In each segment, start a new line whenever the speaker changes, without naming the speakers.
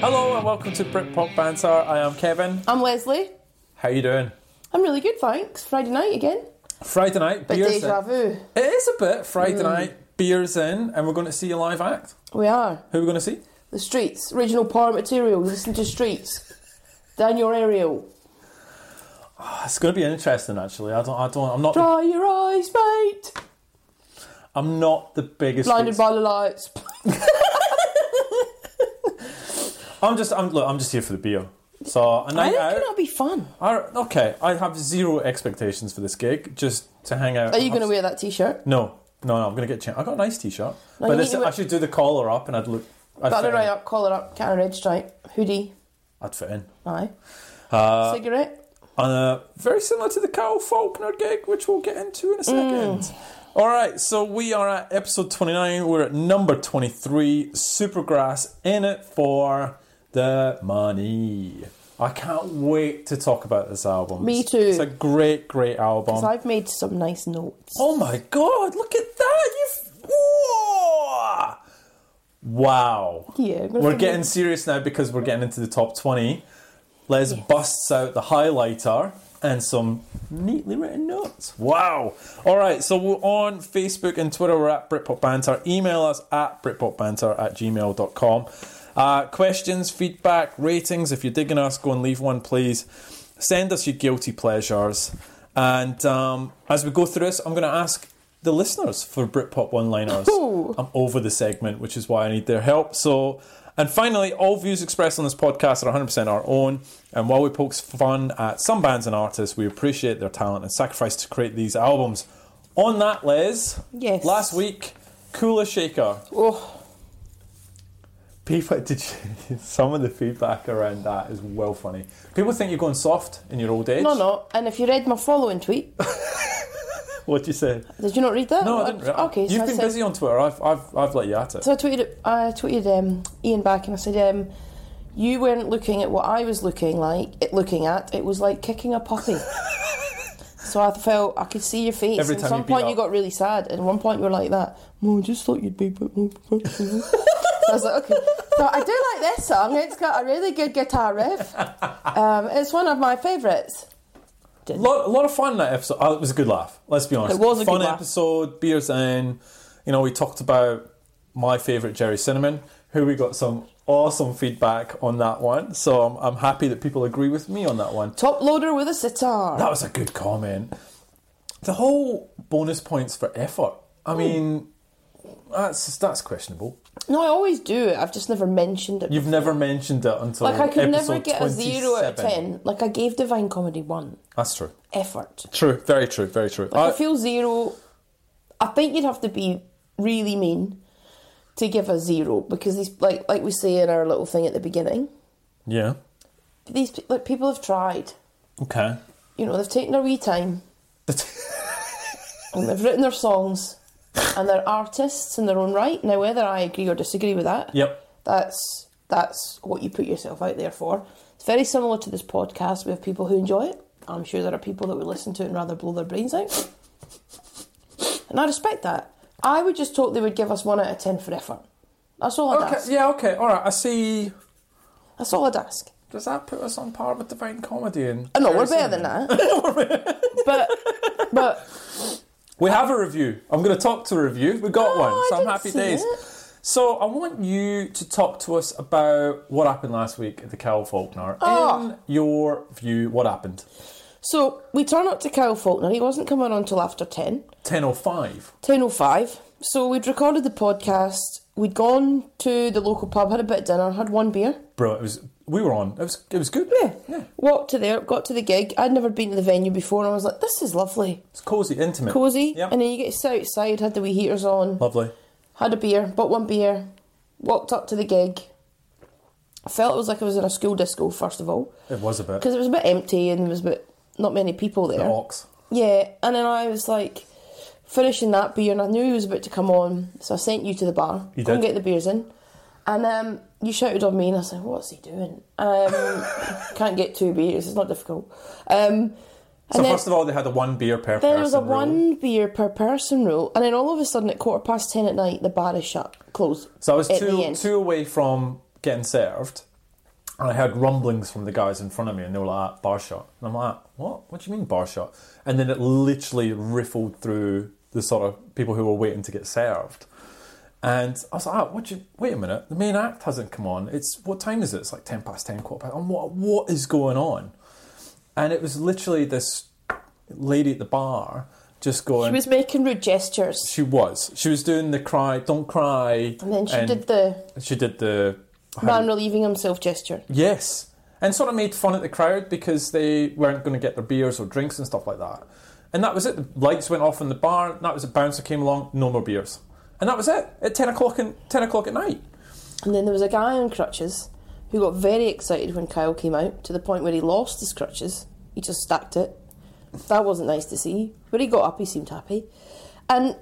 Hello and welcome to Britpop Banter. I am Kevin.
I'm Leslie.
How you doing?
I'm really good, thanks. Friday night again.
Friday night,
But
beers
deja
in.
vu. Mm.
It is a bit Friday night, beers in, and we're going to see a live act.
We are.
Who are we going to see?
The streets. Original power material. Listen to streets. Down your aerial.
It's going to be interesting, actually. I don't. I don't. I'm not.
Dry your eyes, mate.
I'm not the biggest.
Blinded by the lights.
I'm just. I'm look. I'm just here for the beer. So a
I
night
think
out.
that'll be fun.
I- okay, I have zero expectations for this gig. Just to hang out.
Are you going to
to
wear that t-shirt?
No, no, no. I'm going to get. Cha- I got a nice t-shirt,
No,
but
you
this,
need to-
I should do the collar up, and I'd look. I'd fit
Button
in.
right up, collar up, cat and red stripe, hoodie.
I'd fit in.
Aye.
Uh,
Cigarette.
And uh, very similar to the Carl Faulkner gig, which we'll get into in a second.
Mm.
All right, so we are at episode 29. We're at number 23, Supergrass, in it for the money. I can't wait to talk about this album.
Me
It's-
too.
It's a great, great album.
'Cause I've made some nice notes.
Oh my god, look at that! You've. Whoa! Wow.
Yeah, I'm gonna
We're
figure-
getting serious now because we're getting into the top 20. Les busts out the highlighter and some neatly written notes. Wow. All right, so we're on Facebook and Twitter. We're at Britpop Banter. Email us at britpopbanter at gmail.com. Uh, questions, feedback, ratings. If you're digging us, go and leave one, please. Send us your guilty pleasures. And um, as we go through this, I'm going to ask the listeners for Britpop one liners.
Ooh.
I'm over the segment, which is why I need their help. So, and finally, all views expressed on this podcast are 100% our own. And while we poke fun at some bands and artists, we appreciate their talent and sacrifice to create these albums. On that, Les,
Yes.
last week, Cooler Shaker.
Oh,
People, did you, some of the feedback around that is well funny. People think you're going soft in your old age.
no, no. And if you read my following tweet,
What'd you say?
did you not read that?
No, I didn't.
Oh, uh, Okay,
You've
so I
been
said,
busy on Twitter. I've, I've, I've let you at it.
So I tweeted, I tweeted um, Ian back and I said, um, "You weren't looking at what I was looking like. It looking at it was like kicking a puppy." so I felt I could see your face.
Every
and
time
at some
you beat
point you
up.
got really sad, and at one point you were like that. Well, I just thought you'd be a bit more professional." so I was like, okay. So I do like this song. It's got a really good guitar riff. Um, it's one of my favourites.
lot, a lot of fun in that episode. Uh, it was a good laugh. Let's be honest.
It was a
fun
good laugh.
episode. Beers in. You know, we talked about my favourite Jerry Cinnamon, who we got some awesome feedback on that one. So I'm, I'm happy that people agree with me on that one.
Top loader with a sitar.
That was a good comment. The whole bonus points for effort. I mean, that's that's questionable.
No, I always do it. I've just never mentioned it.
You've never mentioned it until
like I could
episode
never get a zero out of
27.
ten. Like I gave Divine Comedy one.
That's true.
effort.
True. Very true. Very true. Uh,
Like, I,
I-
feel zero. I think you'd have to be really mean to give a zero because these, like, like we say in our little thing at the beginning,
yeah.
these pe- like people have tried.
Okay.
You know, they've taken their wee time and they've written their songs, and they're artists in their own right. Now, whether I agree or disagree with that,
yep.
that's that's what you put yourself out there for. It's very similar to this podcast. We have people who enjoy it. I'm sure there are people that would listen to it and rather blow their brains out. And I respect that. I would just hope they would give us one out of ten for effort. That's all I'd
Okay.
ask.
Yeah. Okay. All right. I see.
That's all I'd ask.
Does that put us on par with Divine Comedy? And
I know we're better than that. but but
We have a review. I'm going to talk to a review. We got
No,
one,
I
so I'm
didn't
happy
see
days.
it.
So I want you to talk to us about what happened last week at the Cal Faulkner.
Oh.
In your view, what happened?
so we turn up to Kyle Faulkner. He wasn't coming on till after ten.
10.05.
10.05. So we'd recorded the podcast. We'd gone to the local pub, had a bit of dinner, had one beer.
Bro, it was. We were on. It was. It was good.
Yeah. Walked to there, got to the gig. I'd never been to the venue before, and I was like, this is lovely.
It's cozy, intimate,
Cozy.
Yep.
And then you get to sit outside, had the wee heaters on,
Lovely.
had a beer, bought one beer, walked up to the gig. I felt it was like I was in a school disco, first of all,
It was a bit.
because it was a bit empty and there was a bit, not many people there.
Ox.
Yeah, and then I was like finishing that beer, and I knew he was about to come on, so I sent you to the bar.
You
Go and
did.
get the beers in, and um, you shouted on me, and I said, "What's he doing? Um, can't get two beers. It's not difficult." Um, and
So
then,
first of all, they had a one beer per
then
person
there was a
rule.
one beer per person rule, and then all of a sudden at quarter past ten at night, the bar is shut, closed.
So I was
at the
two
end.
two away from getting served, And I heard rumblings from the guys in front of me, and they were like, ah, bar shot. And I'm like, what? What do you mean bar shot? And then it literally riffled through the sort of people who were waiting to get served. And I was like, ah, what do you, wait a minute, the main act hasn't come on. It's, what time is it? It's like 10 past 10, quarter past. And what, what is going on? And it was literally this lady at the bar just going,
She was making rude gestures.
she was. She was doing the cry, don't cry.
And then she did the
She did the.
man relieving himself gesture.
Yes. And sort of made fun at the crowd because they weren't going to get their beers or drinks and stuff like that. And that was it. The lights went off in the bar. and That was a bouncer came along. No more beers. And that was it at ten o'clock in, ten o'clock at night.
And then there was a guy on crutches who got very excited when Kyle came out to the point where he lost his crutches. He just stacked it. That wasn't nice to see. But he got up, he seemed happy. And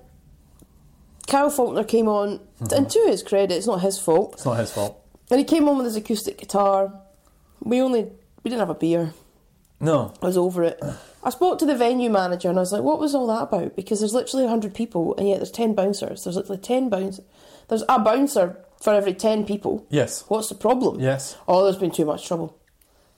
Kyle Faulkner came on, and to his credit, it's not his fault.
It's not his fault.
And he came on with his acoustic guitar. We only we didn't have a beer.
No.
I was over it. I spoke to the venue manager and I was like, "What was all that about?" Because there's literally hundred people and yet there's ten bouncers. There's literally ten bouncers. There's a bouncer for every ten people.
Yes.
What's the problem?
Yes.
Oh, there's been too much trouble.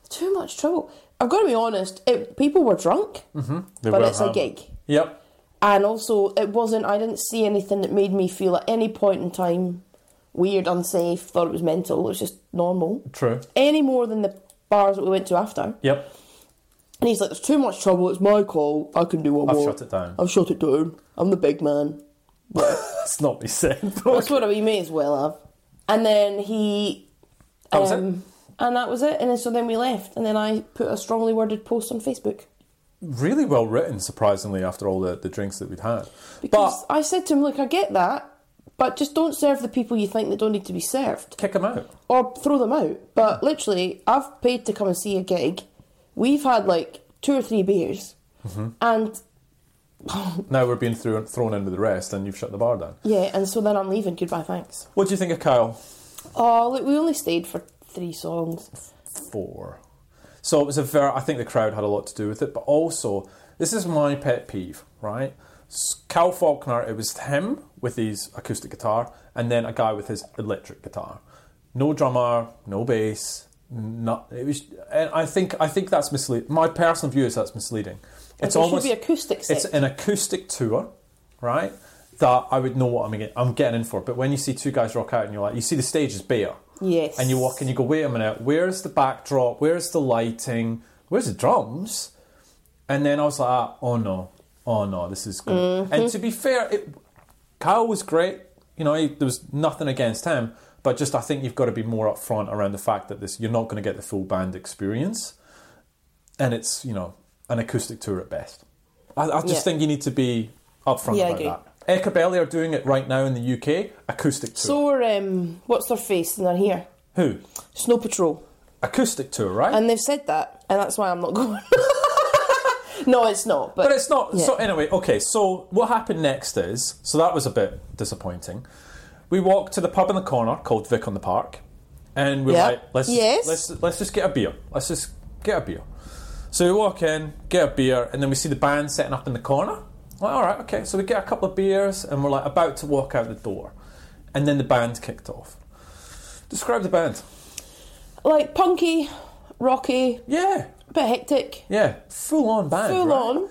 Too much trouble. I've got to be honest. It, people were drunk,
They
but
were
it's a
hammered.
gig,
Yep.
and also it wasn't. I didn't see anything that made me feel at any point in time weird, unsafe, thought it was mental. It was just normal.
True.
Any more than the bars that we went to after.
Yep.
And he's like, "There's too much trouble. It's my call. I can do what I
I've
want.
shut it down.
I've shut it down. I'm the big man."
That's not what he said.
That's what we may as well have. And then he,
That
um,
was it?
and that was it. And then, so then we left. And then I put a strongly worded post on Facebook
really well written, surprisingly, after all the, the drinks that we'd had.
because I said to him, "Look, I get that, but just don't serve the people you think that don't need to be served,
but kick him out.
or throw them out." But literally, I've paid to come and see a gig. We've had like two or three beers,
Mm-hmm.
and
Now we're being through, thrown in with the rest, and you've shut the bar down.
yeah, and so then I'm leaving. Goodbye, thanks.
What do you think of Kyle?
Oh, look, we only stayed for three songs.
four. So it was a very. I think the crowd had a lot to do with it, but also this is my pet peeve, right? S- Cal Faulkner. It was him with his acoustic guitar, and then a guy with his electric guitar. No drummer, no bass. Not it was, and I think I think that's misleading. My personal view is that's misleading. It's
there should
almost
be acoustic
It's
set.
an acoustic tour, right? That I would know what I'm getting, I'm getting in for. But when you see two guys rock out and you're like, you see the stage is bare,
Yes.
and you walk and you go, wait a minute, where's the backdrop? Where's the lighting? Where's the drums? And then I was like, ah, oh no, oh no, this is good.
Mm-hmm.
And to be fair, it, Kyle was great. You know, he, there was nothing against him, but just I think you've got to be more upfront around the fact that this you're not going to get the full band experience, and it's you know an acoustic tour at best. I, I just
Yeah.
think you need to be upfront
Yeah, I
about
agree.
that. Echabelli are doing it right now in the UK, acoustic tour.
So are, um, what's their face? And they're here.
Who?
Snow Patrol.
Acoustic tour, right?
And they've said that, and that's why I'm not going. no, it's not. But,
But it's not. So
Yeah.
anyway, okay. So what happened next is so that was a bit disappointing. We walked to the pub in the corner called Vic on the Park, and we we're
Yeah.
like, let's just-
Yes.
let's let's just get a beer. Let's just get a beer. So we walk in, get a beer, and then we see the band setting up in the corner. Like, all right, okay. So we get a couple of beers, and we're like about to walk out the door, and then the band kicked off. Describe the band.
like punky, rocky,
Yeah,
a bit hectic,
yeah, full on band.
full
right?
on.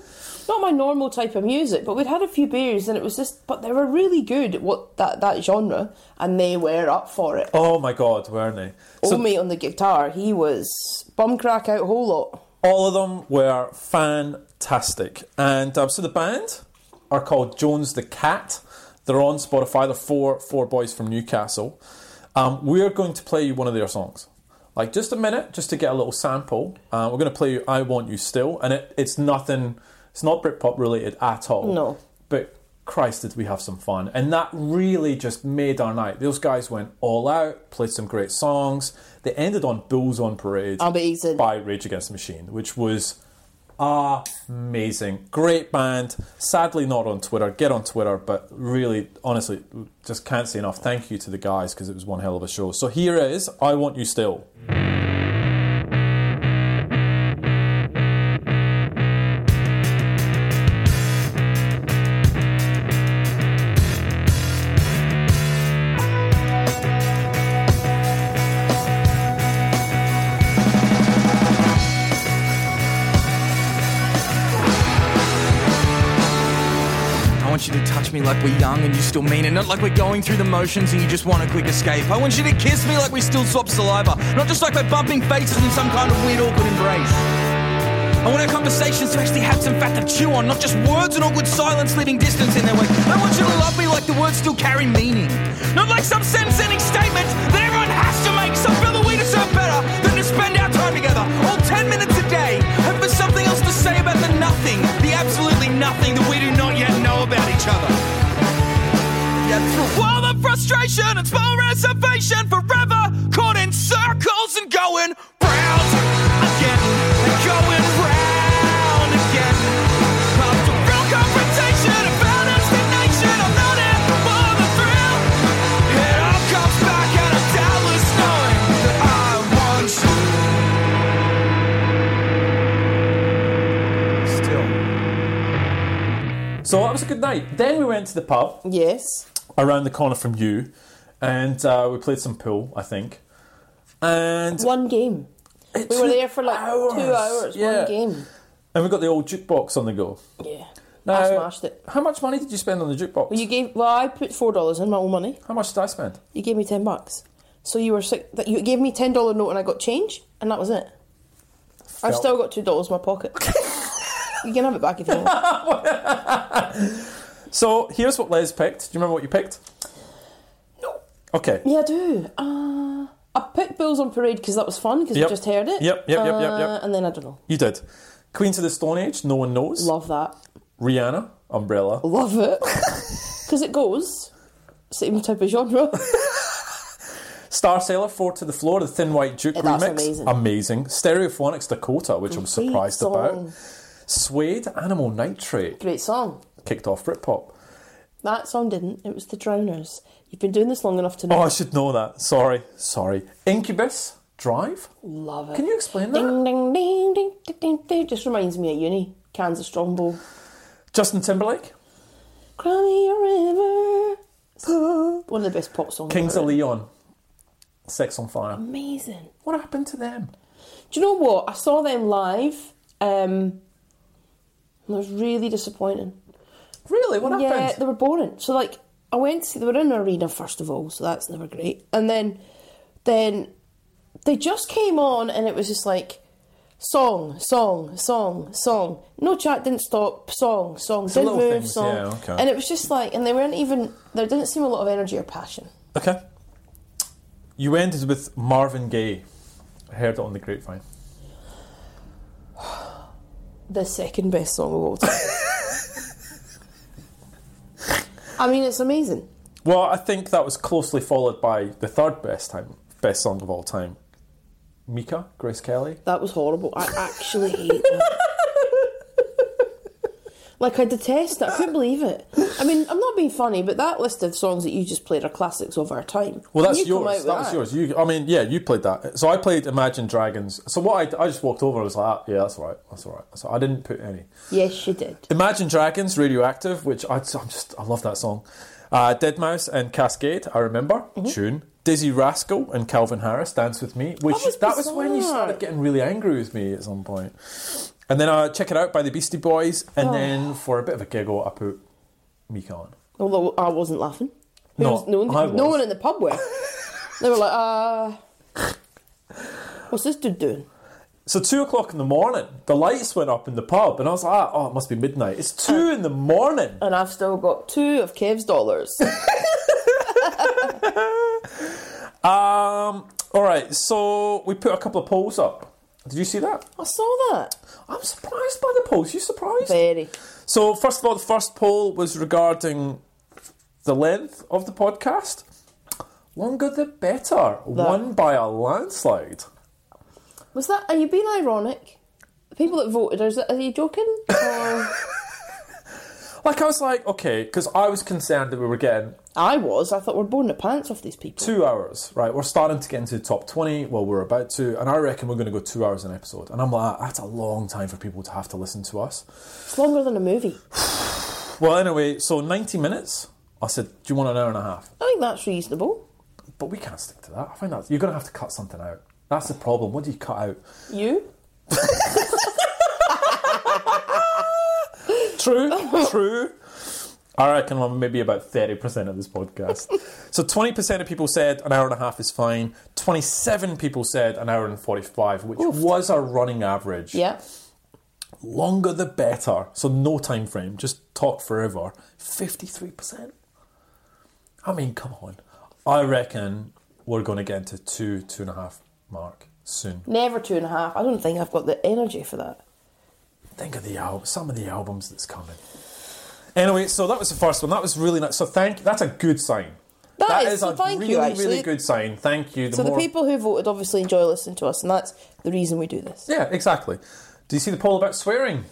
Not my normal type of music, but we'd had a few beers, and it was just. But they were really good at what that that genre, and they were up for it.
Oh my god, weren't they?
Old
So
mate on the guitar, he was bum crack out a whole lot.
All of them were fantastic. And um, so the band are called Jones the Cat. They're on Spotify. They're four, four boys from Newcastle. Um, we're going to play you one of their songs. Like just a minute, just to get a little sample. Uh, we're going to play you I Want You Still. And it, it's nothing, it's not Britpop related at all.
No.
But Christ, did we have some fun. And that really just made our night. Those guys went all out, played some great songs. They ended on Bulls on Parade
Amazing.
by Rage Against the Machine, which was amazing. Great band. Sadly, not on Twitter. Get on Twitter, but really, honestly, just can't say enough. Thank you to the guys because it was one hell of a show. So here is I Want You Still.
I like we're young and you still mean it. Not like we're going through the motions and you just want a quick escape. I want you to kiss me like we still swap saliva. Not just like we're bumping faces in some kind of weird, awkward embrace. I want our conversations to actually have some fat to chew on, not just words and awkward silence leaving distance in their wake. I want you to love me like the words still carry meaning, not like some sense-ending statement that everyone has to make. So feel the we deserve better than to spend our time together, all 10 minutes a day, and for something else to say about the nothing, the absolutely nothing that we do not yet know about each other. Yeah, through all the frustration, it's more reservation forever. Caught in circles and going round again and going round again. After real confrontation, I found explanation. I'm not in for the thrill. It all comes back, and I'm doubtless knowing that I want you. Still.
So that was a good night. Then we went to the pub
Yes.
around the corner from you, and uh, we played some pool, I think. And
One game. We were
took
there for like two hours.
yeah.
One game.
And we got the old jukebox on the go.
Yeah.
Now,
I smashed it.
How much money did you spend on the jukebox?
Well, you gave. Well, I put four dollars in my own money.
how much did I spend?
You gave me ten bucks. So you were sick. That you gave me ten dollar note and I got change, and that was it. I've
Felt-
still got two dollars in my pocket. you can have it back if you want.
So here's what Les picked. Do you remember what you picked?
No.
Okay.
Yeah, I do. Uh, I picked Bulls on Parade because that was fun because
Yep.
we just heard it.
Yep, yep, yep, yep, yep.
Uh, And then I don't know.
You did. Queens of the Stone Age, no one knows.
Love that.
Rihanna, Umbrella.
Love it. Because it goes. Same type of genre.
Star Sailor, Four to the Floor, the Thin White Duke
Yeah,
remix.
that's amazing.
Amazing. Stereophonics Dakota, which I'm surprised
Great
about.
song.
Suede, Animal Nitrate,
Great song.
kicked off Britpop.
That song didn't. It was The Drowners. You've been doing this long enough to know.
Oh, I should know that. Sorry, sorry. Incubus, Drive.
Love it.
Can you explain that?
Ding, ding, ding, ding, ding, ding, ding. Just reminds me of uni. Cans of Strongbow.
Justin Timberlake,
Cry me a river. One of the best pop songs.
Kings
ever.
of Leon, Sex on Fire.
Amazing.
What happened to them?
Do you know what? I saw them live. Um, and it was really disappointing.
Really? What
Yeah,
happened?
they were boring. So like, I went to see they were in an arena first of all, so that's never great. And then, then they just came on, and it was just like song, song, song, song. No chat didn't stop. Song, song, didn't
little
move.
things,
song,
yeah, okay.
and it was just like, and they weren't even. There didn't seem a lot of energy or passion.
Okay. You ended with Marvin Gaye. I heard it on the grapevine.
The second best song of all time. I mean, it's amazing.
Well, I think that was closely followed by the third best time, best song of all time, Mika, Grace Kelly.
That was horrible. I actually hate that. Like I detest it. I couldn't believe it. I mean, I'm not being funny, but that list of songs that you just played are classics of our time.
Well, that's
You come out
yours.
with
That, was yours. You, I mean, yeah, you played that. So I played Imagine Dragons. So what I, d- I just walked over. I was like, ah, yeah, that's all right. That's all right. So I didn't put any.
Yes, you did.
Imagine Dragons, Radioactive, which I, I'm just, I love that song. Uh, Dead Mouse and Cascade, I remember. Tune. Dizzy Rascal and Calvin Harris, Dance With Me, which
Mm-hmm. That
that
was
was when you
bizarre.
started getting really angry with me at some point. And then I Check It Out by the Beastie Boys,
Oh.
and then for a bit of a giggle, I put Mika on.
Although I wasn't laughing. There
No,
was no, one,
I
no
was.
one in the pub were. they were like, uh, what's this dude doing?
So two o'clock in the morning, the lights went up in the pub, and I was like, ah, oh, it must be midnight. It's two in the morning.
And I've still got two of Kev's dollars.
Um, all right, so we put a couple of polls up. Did you see that?
I saw that.
I'm surprised by the polls. You surprised?
Very.
So, first of all, the first poll was regarding the length of the podcast. Longer the better. Won by a landslide.
Was that? Are you being ironic? The people that voted, is that, are you joking? Or...
Like, I was like, okay, because I was concerned that we were getting
I was. I thought we're boring the pants off these people.
two hours, right? We're starting to get into the top 20. Well, we're about to. And I reckon we're going to go two hours an episode. And I'm like, that's a long time for people to have to listen to us.
It's longer than a movie.
Well, anyway, so 90 minutes. I said, do you want an hour and a half?
I think that's reasonable.
But we can't stick to that. I find that you're going to have to cut something out. That's the problem. What do you cut out?
You?
True, true. I reckon I'm maybe about 30% of this podcast. so 20% of people said an hour and a half is fine. 27 people said an hour and 45, which was our running average.
Yeah.
Longer the better. So no time frame, just talk forever. 53%. I mean, come on. I reckon we're going to get into two, two and a half mark soon.
Never two and a half. I don't think I've got the energy for that.
Think of the album, some of the albums that's coming. Anyway, so that was the first one. That was really nice. So thank. That's a good sign.
That is-
a
so thank
really,
you,
really
actually.
good sign. Thank you. The
So
more,
the people who voted obviously enjoy listening to us, and that's the reason we do this.
Yeah, exactly. Do you see the poll about swearing?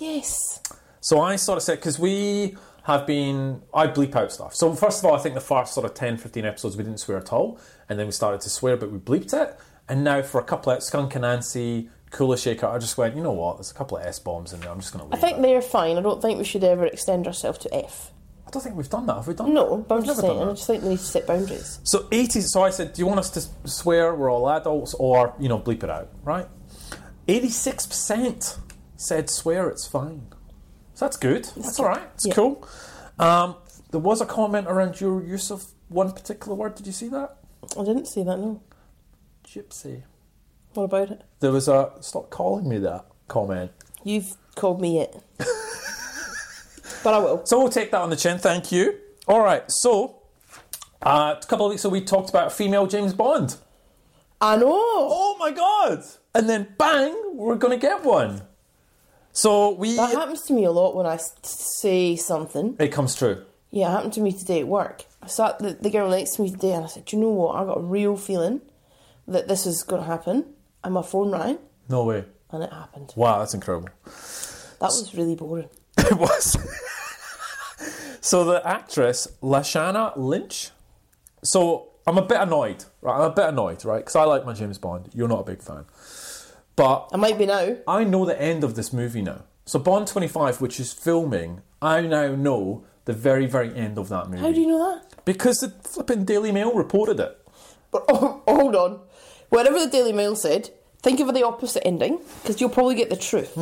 Yes.
So I sort of said because we have been I bleep out stuff. So first of all, I think the first sort of 10, 15 episodes we didn't swear at all, and then we started to swear, but we bleeped it. And now for a couple of Skunk and Nancy, Cooler Shaker, I just went, you know what? There's a couple of S bombs in there. I'm just going to
I
leave. it.
think they're fine. I don't think we should ever extend ourselves to F.
I don't think we've done that. Have we done?
No, but I'm
We've
just
never
saying,
done
I
that.
just think we need to set boundaries.
So 80. So I said, do you want us to s- swear we're all adults, or you know, bleep it out, right? 86 percent said swear it's fine. So that's good. that's all right. It's
Yeah.
cool. Um, there was a comment around your use of one particular word. Did you see that?
I didn't see that, no.
Gypsy.
What about it?
There was a stop calling me that comment.
You've called me it. but I will.
So we'll take that on the chin. Thank you. All right. So uh, a couple of weeks ago, we talked about female James Bond.
I know!
Oh my god! And then bang, we're gonna get one. So we
That happens to me a lot when I s- say something.
it comes true.
Yeah, it happened to me today at work. I sat the, the girl next to me today and I said, Do you know what? I got a real feeling that this is going to happen. And my phone rang
No way.
and it happened.
Wow, that's incredible.
That was really boring.
it was. so the actress Lashana Lynch. So I'm a bit annoyed, right? I'm a bit annoyed, right? Because I like my James Bond. You're not a big fan, but
I might be now.
I know the end of this movie now. So Bond 25, which is filming, I now know the very, very end of that movie
How do you know that?
because the flipping Daily Mail reported it.
But oh, hold on. Whatever the Daily Mail said, think of the opposite ending because you'll probably get the truth.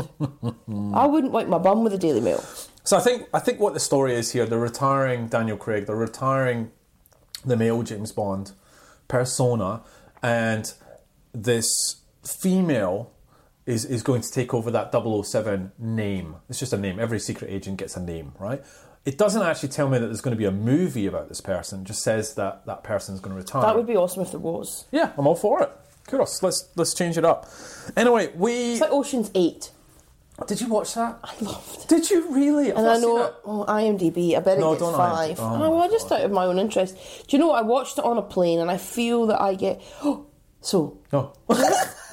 I wouldn't wipe my bum with the Daily Mail.
So I think I think what the story is here, they're retiring Daniel Craig, they're retiring the male James Bond persona, and this female is, is going to take over that 007 name. It's just a name. Every secret agent gets a name, right? It doesn't actually tell me that there's going to be a movie about this person. It just says that that person's going to retire.
That would be awesome if there was.
yeah, I'm all for it. Kudos. Let's let's change it up. Anyway, we
It's like Ocean's Eight.
did you watch that?
I loved it.
Did you really? I've
And
not
I
seen
know
it.
oh, IMDb. I bet it
No,
gets
don't IMDb.
five.
Oh
Oh,
my
well, just out of my own interest. Do you know? what? I watched it on a plane, and I feel that I get. so,
No.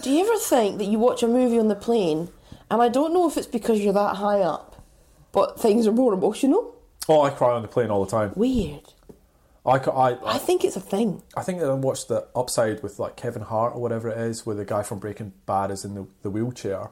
do you ever think that you watch a movie on the plane, and I don't know if it's because you're that high up, but things are more emotional.
Oh, I cry on the plane all the time.
Weird.
I, ca- I,
I think it's a thing.
I think that I watched the upside with like Kevin Hart or whatever it is, where the guy from Breaking Bad is in the, the wheelchair,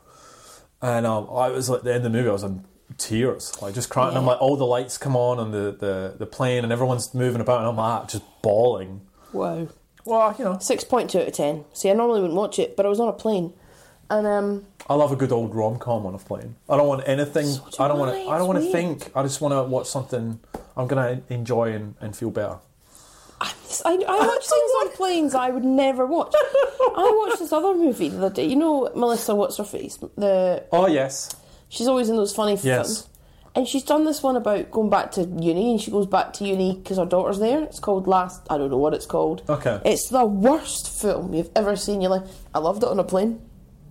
and um, I was like the end of the movie, I was in tears, like just crying. And I'm
Yeah.
like, all the lights come on on the, the, the plane, and everyone's moving about, and I'm like just bawling.
Wow.
Well, you know,
Six point two out of ten. See, I normally wouldn't watch it, but I was on a plane, and um,
I love a good old rom com on a plane. I don't want anything.
do
I don't want
I,
to.
it's
I don't want to
weird.
think. I just want to watch something I'm gonna enjoy and, and feel better.
I, I, I watch things on planes I would never watch. I watched this other movie the other day. You know, Melissa, what's her face? The
Oh yes,
she's always in those funny
Yes.
films, and she's done this one about going back to uni, and she goes back to uni because her daughter's there. It's called Last. I don't know what it's called.
Okay.
It's the worst film you've ever seen. You're like, I loved it on a plane.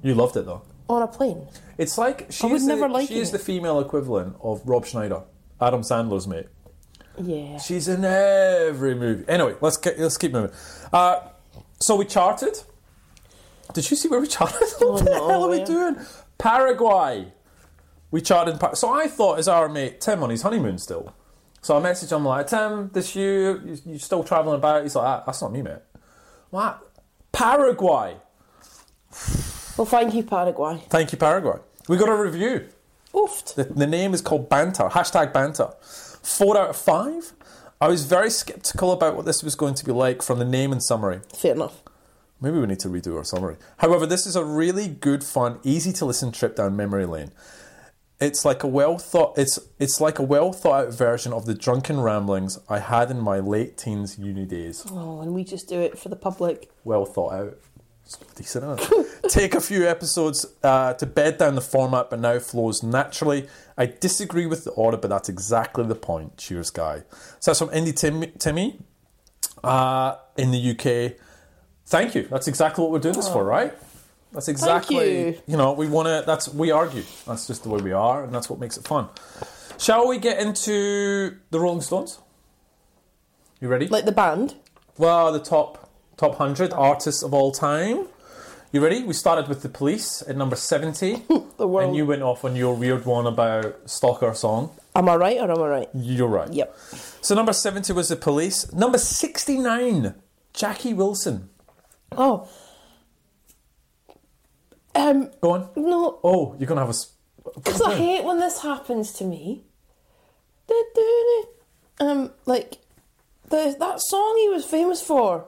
you loved it though.
On a plane.
It's like she
would
is the,
never like
she is
it.
the female equivalent of Rob Schneider, Adam Sandler's mate.
Yeah.
She's in every movie. Anyway, let's ke- let's keep moving. Uh, so we charted. Did you see where we charted? what the
Oh, no,
hell are we
where?
doing? Paraguay. We charted. in Par- so I thought is our mate Tim on his honeymoon still. So I messaged him like Tim, this you? You, you still traveling about? He's like, "Ah, that's not me, mate. What? Paraguay.
Well, thank you, Paraguay.
Thank you, Paraguay. We got a review.
Oofed.
The, the name is called Banter, hashtag Banter. Four out of five. I was very skeptical about what this was going to be like from the name and summary.
Fair enough.
Maybe we need to redo our summary. However, this is a really good, fun, easy to listen trip down memory lane. It's like a well thought. It's it's like a well thought out version of the drunken ramblings I had in my late teens uni days.
Oh, and we just do it for the public.
Well thought out. It's decent, isn't it? Take a few episodes uh, to bed down the format, but now flows naturally. I disagree with the order, but that's exactly the point. Cheers, guy. So that's from Indie Tim- Timmy uh, in the UK. Thank you. That's exactly what we're doing this for, right? That's exactly
you.
know we want to. That's we argue. That's just the way we are, and that's what makes it fun. Shall we get into the Rolling Stones? You ready?
Like the band.
Well, the top top hundred artists of all time. You ready? We started with the Police at number seventy,
The world.
and you went off on your weird one about stalker song.
Am I right or am I right?
You're right.
Yep.
So number seventy was the Police. Number sixty nine, Jackie Wilson.
Oh. Um,
Go on.
no,
Oh, you're gonna have a. s-
because I hate when this happens to me. Du-du-du. Um, like, the, that song he was famous for.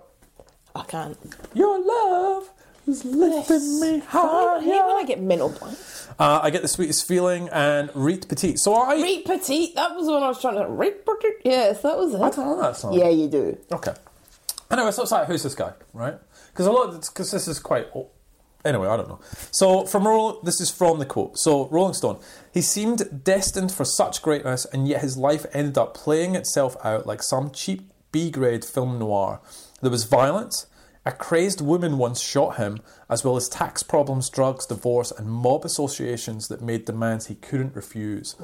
I can't.
Your love is lifting me
I hate when
higher.
I get mental blank.
Uh, I get the sweetest feeling and Reet Petite. So I.
Reet Petite, that was the one I was trying to. Reet Petite, yes, that was it.
I don't know that song.
Yeah, you do.
Okay. Anyway, so it's like, who's this guy, right? Because a lot, because this is quite. o- Anyway, I don't know. So from Roll, this is from the quote. So Rolling Stone, he seemed destined for such greatness, and yet his life ended up playing itself out like some cheap B-grade film noir. There was violence. A crazed woman once shot him, as well as tax problems, drugs, divorce, and mob associations that made demands he couldn't refuse.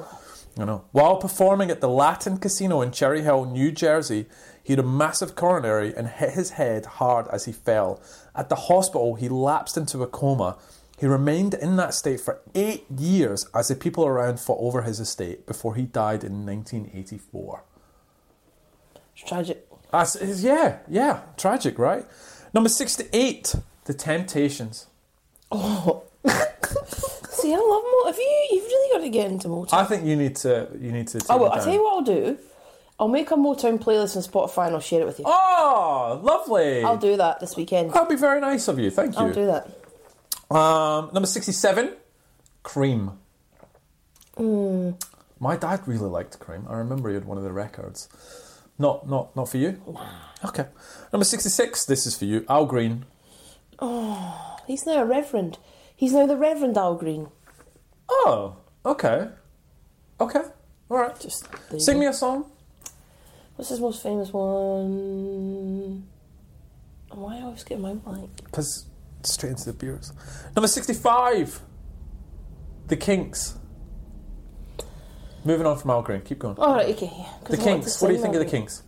I know. While performing at the Latin Casino in Cherry Hill, New Jersey, he had a massive coronary and hit his head hard as he fell. At the hospital, he lapsed into a coma. He remained in that state for eight years as the people around fought over his estate before he died in 1984.
It's tragic.
That's, is- yeah, yeah, tragic, right? Number 68, The Temptations.
See, I love Mo. If you, you've really got to get into Motown.
I think you need to, you need to. Take
I will.
it
I
down.
tell you what Oh, I'll do. I'll make a Motown playlist on Spotify and I'll share it with you.
Oh, lovely.
I'll do that this weekend.
That'd be very nice of you. Thank you.
I'll do that.
Um, number 67, Cream.
Mm.
My dad really liked Cream. I remember he had one of the records. Not, not, not for you. Okay. Number 66, this is for you, Al Green.
He's now a reverend. He's now the Reverend Al Green.
Oh, okay. Okay. All right.
Just there you
Sing
go.
me a song.
What's his most famous one? Why do I always get my blank?
Pass straight into the beers. Number 65, The Kinks. Moving on from Al Green. Keep going.
All right, okay. yeah, 'cause
the
I want to
Kinks. What do you
sing
think of
that
The
one.
Kinks?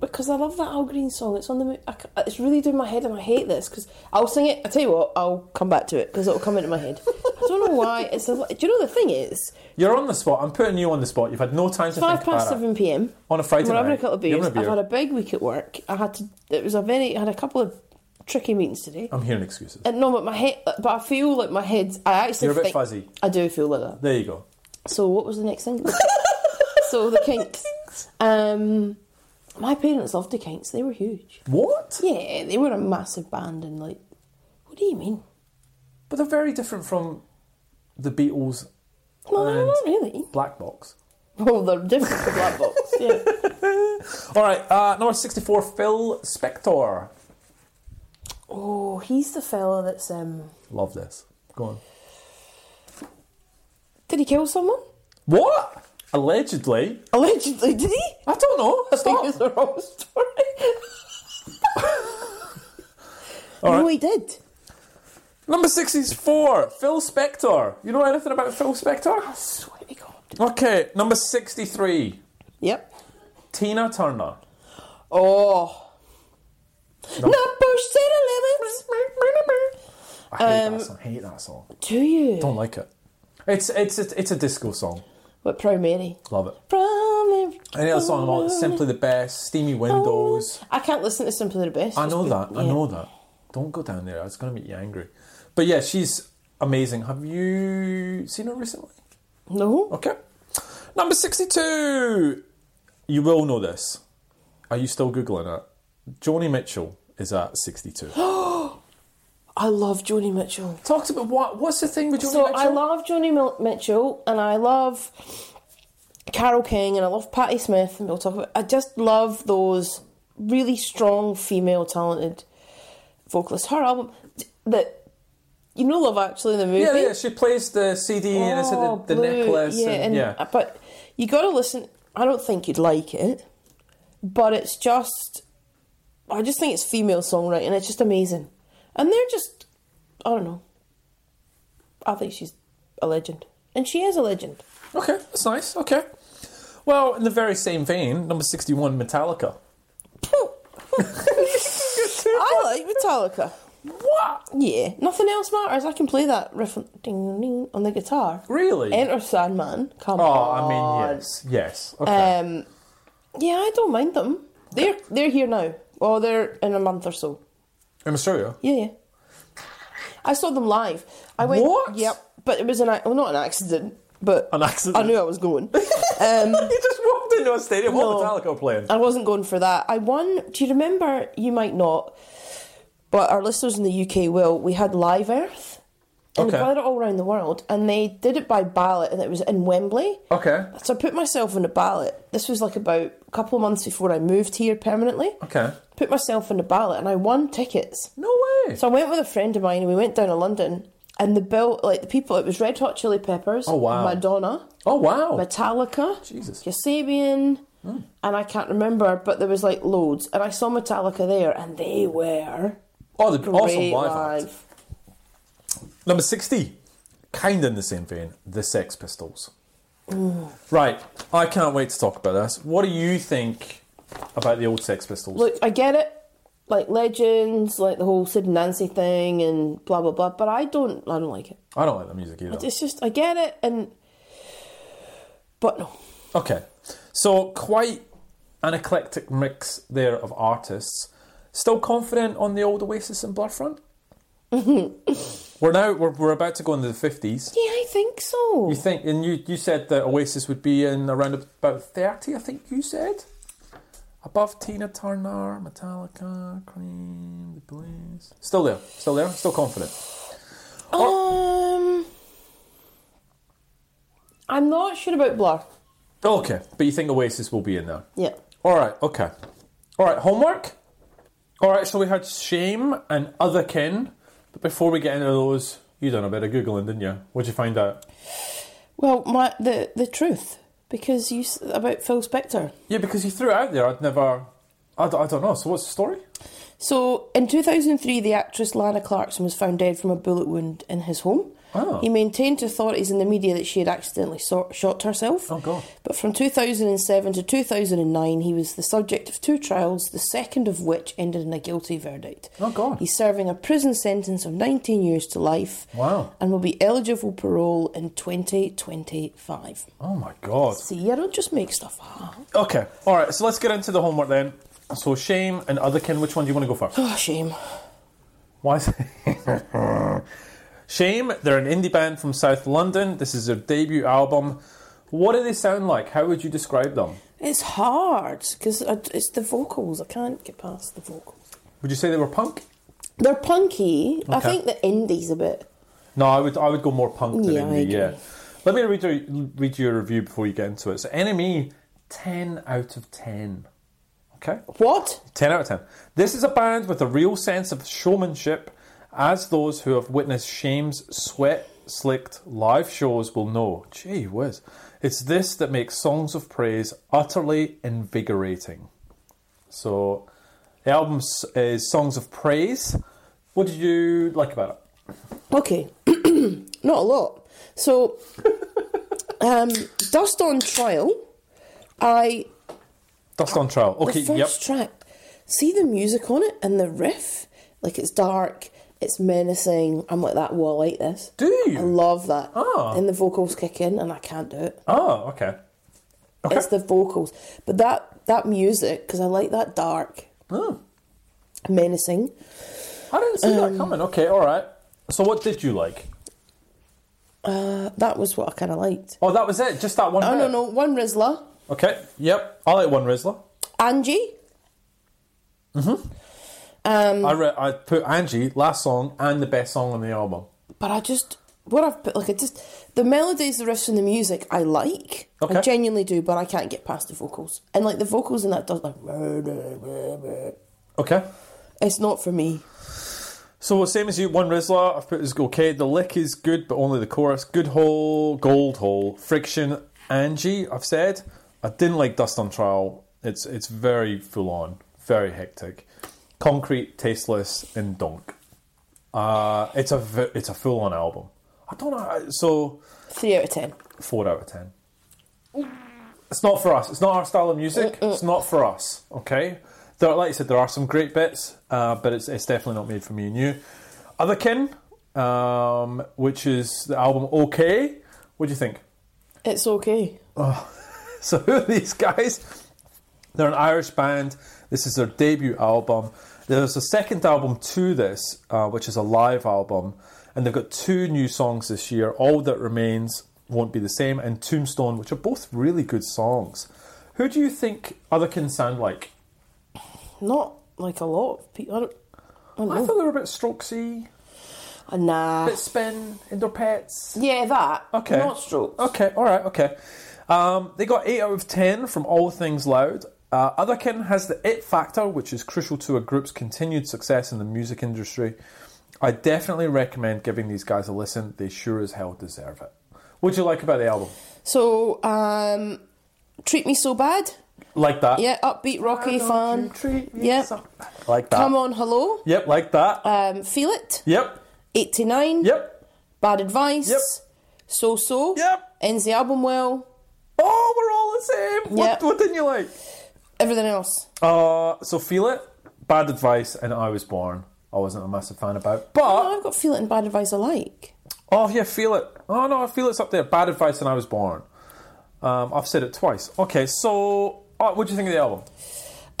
Because I love that Al Green song. It's on the. mo- I c uh, it's really doing my head, and I hate this because I'll sing it. I tell you what, I'll come back to it because it'll come into my head. I don't know why. It's a. Do you know the thing is?
You're on the spot. I'm putting you on the spot. You've had no time to
Five
think about
past
it.
seven p.m.
On a Friday
We're having a
night,
couple of
you're
beers.
having a
I've
beer.
had a big week at work. I had to. It was a very. I had a couple of tricky meetings today.
I'm hearing excuses.
And no, but my head. But I feel like my head's. I actually.
You're a bit
think-
fuzzy.
I do feel like that.
There you go.
So what was the next thing? so the Kinks. Um, my parents loved the Kinks. They were huge.
What?
Yeah, they were a massive band, and like, what do you mean?
But they're very different from the Beatles
No, no,
and
not really.
Black Box.
Well, they're different to Black Box. Yeah.
All right, uh, number 64, Phil Spector.
Oh, he's the fella that's um.
Love this. Go on.
Did he kill someone?
What? Allegedly?
Allegedly, did he?
I don't know. That's
think
not.
it's the wrong story.
All
no,
right.
he did.
Number 64, Phil Spector. You know anything about Phil
I
Spector?
swear to God.
Okay, number 63,
Yep.
Tina Turner.
Oh. Not push to the limits.
I hate
Um,
that song. hate that song.
Do you?
Don't like it. It's, it's, it's, it's a disco song.
But Pro Mary.
Love it.
Pro Mary.
Any other song I want? Simply the Best, Steamy Windows.
I can't listen to Simply the Best.
I
It's
know
been-
that. I
yeah.
know that. Don't go down there. It's going to make you angry. But yeah, she's amazing. Have you seen her recently?
No.
Okay. Number 62. You will know this. Are you still Googling it? Joni Mitchell is at 62.
I love Joni Mitchell.
Talked about what? What's the thing with Joni
so
Mitchell?
I love Joni Mil- Mitchell and I love Carol King and I love Patti Smith and we'll talk about. I just love those really strong female talented vocalists. Her album that you know Love Actually in the movie.
yeah, yeah. She plays the CD and it's
Oh,
the, the
blue,
necklace.
Yeah,
and,
and-
yeah.
but you got to listen. I don't think you'd like it, but it's just, I just think it's female songwriting. It's just amazing, and they're just, I don't know. I think she's a legend, and she is a legend.
Okay, that's nice. Okay. Well, in the very same vein, number 61, Metallica.
I like Metallica.
What?
Yeah, nothing else matters. I can play that riff on- ding, ding, on the guitar.
Really?
Enter Sandman. Come
oh, I
on.
mean, yes. Yes. Okay.
Um, yeah, I don't mind them. They're they're here now. Oh, they're in a month or so.
in Australia?
Yeah, yeah. I saw them live. I went.
What?
Yep. But it was an ac- well, not an accident, but
An accident.
I knew I was going. Um,
You just walked into a stadium. What
No. Um,
Metallica were playing?
I wasn't going for that. I won. Do you remember? You might not, but our listeners in the UK will. We had Live Earth, and
Okay.
we played it all around the world, and they did it by ballot, and it was in Wembley.
Okay.
So I put myself on a ballot. This was like about a couple of months before I moved here permanently.
Okay.
Put myself on a ballot, and I won tickets.
No way.
So I went with a friend of mine and we went down to London and the bill like the people it was Red Hot Chili Peppers,
Oh, wow.
Madonna,
oh, wow.
Metallica,
Jesus. Hmm.
Kasabian, and I can't remember, but there was like loads. And I saw Metallica there and they were
oh, the awesome
great
live act.
live.
Number 60, kind of in the same vein, the Sex Pistols. Right, I can't wait to talk about this. What do you think about the old Sex Pistols?
Look, I get it. Like legends, like the whole Sid and Nancy thing and blah blah blah, but I don't I don't like it.
I don't like the music either.
It's just I get it and but no.
Okay, so quite an eclectic mix there of artists. Still confident on the old Oasis and Blur front? we're now we're, we're about to go into the fifties.
Yeah, I think so.
You think, and you you said that Oasis would be in around about thirty. I think you said above Tina Turner, Metallica, Cream, The Police. Still there, still there, still confident.
Um, I'm not sure about Blur.
Okay, but you think Oasis will be in there?
Yeah.
All right, okay. All right, homework. All right, so we had shame and other kin, but before we get into those, you done a bit of googling, didn't you? What'd you find out?
Well, my the the truth because you s- about Phil Spector.
Yeah, because you threw it out there. I'd never. I, d- I don't know. So what's the story?
So in 2003, the actress Lana Clarkson was found dead from a bullet wound in his home.
Oh.
He maintained to authorities in the media that she had accidentally sor- shot herself.
Oh, God.
But from 2007 to 2009, he was the subject of two trials, the second of which ended in a guilty verdict.
Oh, God.
He's serving a prison sentence of 19 years to life.
Wow.
And will be eligible for parole in 2025.
Oh my god.
See, I don't just make stuff up.
Okay. All right. So let's get into the homework then. So shame and other kin. Which one do you want to go first?
Oh, shame.
Why? Is Shame, they're an indie band from South London. This is their debut album. What do they sound like? How would you describe them?
It's hard because it's the vocals. I can't get past the vocals.
Would you say they were punk?
They're punky. I
Okay.
think the indie's a bit.
No, I would. I would go more punk than
Yeah, I
indie.
agree.
Yeah. Let me read you, read you a review before you get into it. So, NME, ten out of ten. Okay.
What?
10 out of 10. This is a band with a real sense of showmanship, as those who have witnessed Shame's sweat slicked live shows will know. Gee whiz. It's this that makes songs of praise utterly invigorating. So, the album s- is Songs of Praise. What did you like about it?
Okay. Not a lot. So, um, Dust on Trial, I.
Dust on Trial. Okay,
The
yep.
first track. See the music on it and the riff? Like it's dark, it's menacing. I'm like, that will like this.
Do you?
I love that.
Ah.
And the vocals kick in, and I can't do it.
Oh, okay.
It's the vocals. But that, that music, because I like that dark,
Oh,
menacing.
I didn't see
Um,
that coming. Okay, all right. So, what did you like?
That, that was what I kind of liked.
Oh, that was it. Just that one.
Oh,
bit.
no, no. One Rizla,
Okay. Yep. I like one Rizzler.
Angie.
I re- I put Angie last song and the best song on the album.
but I just what I've put like it just the melodies, the riffs, and the music I like. I
Okay.
genuinely do, but I can't get past the vocals. And like the vocals in that does like
Okay.
it's not for me.
So same as you, one Rizla. I've put is okay. The lick is good, but only the chorus. Good hole, gold hole, friction. Angie, I've said I didn't like Dust on Trial. It's it's very full on, very hectic, concrete, tasteless, and donk. Uh, it's a v- it's a full on album. I don't know. So
Three out of ten.
four out of ten. It's not for us. It's not our style of music. It's not for us. Okay. There, like I said, there are some great bits, uh, but it's, it's definitely not made for me and you. Otherkin, um, which is the album Okay. What do you think?
It's okay.
So who are these guys? They're an Irish band. This is their debut album. There's a second album to this, uh, which is a live album, and they've got two new songs this year. All that remains won't be the same, and Tombstone, which are both really good songs. Who do you think other can sound like?
Not like a lot of people. I don't, I
I
don't
thought
know.
they were a bit strokesy,
Uh, Nah.
a bit spin, indoor pets.
Yeah, that.
Okay.
Not strokes.
Okay, all right, okay. Um, they got 8 out of 10 from All Things Loud. Uh, Otherkin has the it factor, which is crucial to a group's continued success in the music industry. I definitely recommend giving these guys a listen. They sure as hell deserve it. What do you like about the album?
So, um, treat me so bad.
Like that.
Yeah, upbeat, rocky, fun. Yep.
Like that.
Come on, hello.
Yep, like that.
Um, feel it.
yep.
89.
Yep.
Bad advice.
Yep.
So so.
Yep.
Ends the album well.
Oh, we're all the same. What,
Yep.
what didn't you like?
Everything else.
Uh, so feel it. Bad advice, and I was born. I wasn't a massive fan about, but
Oh, I've got feel it and bad advice alike.
Oh yeah, feel it. Oh no, I feel it's up there. Bad advice when I was born. Um, I've said it twice. Okay, so uh, what do you think of the album?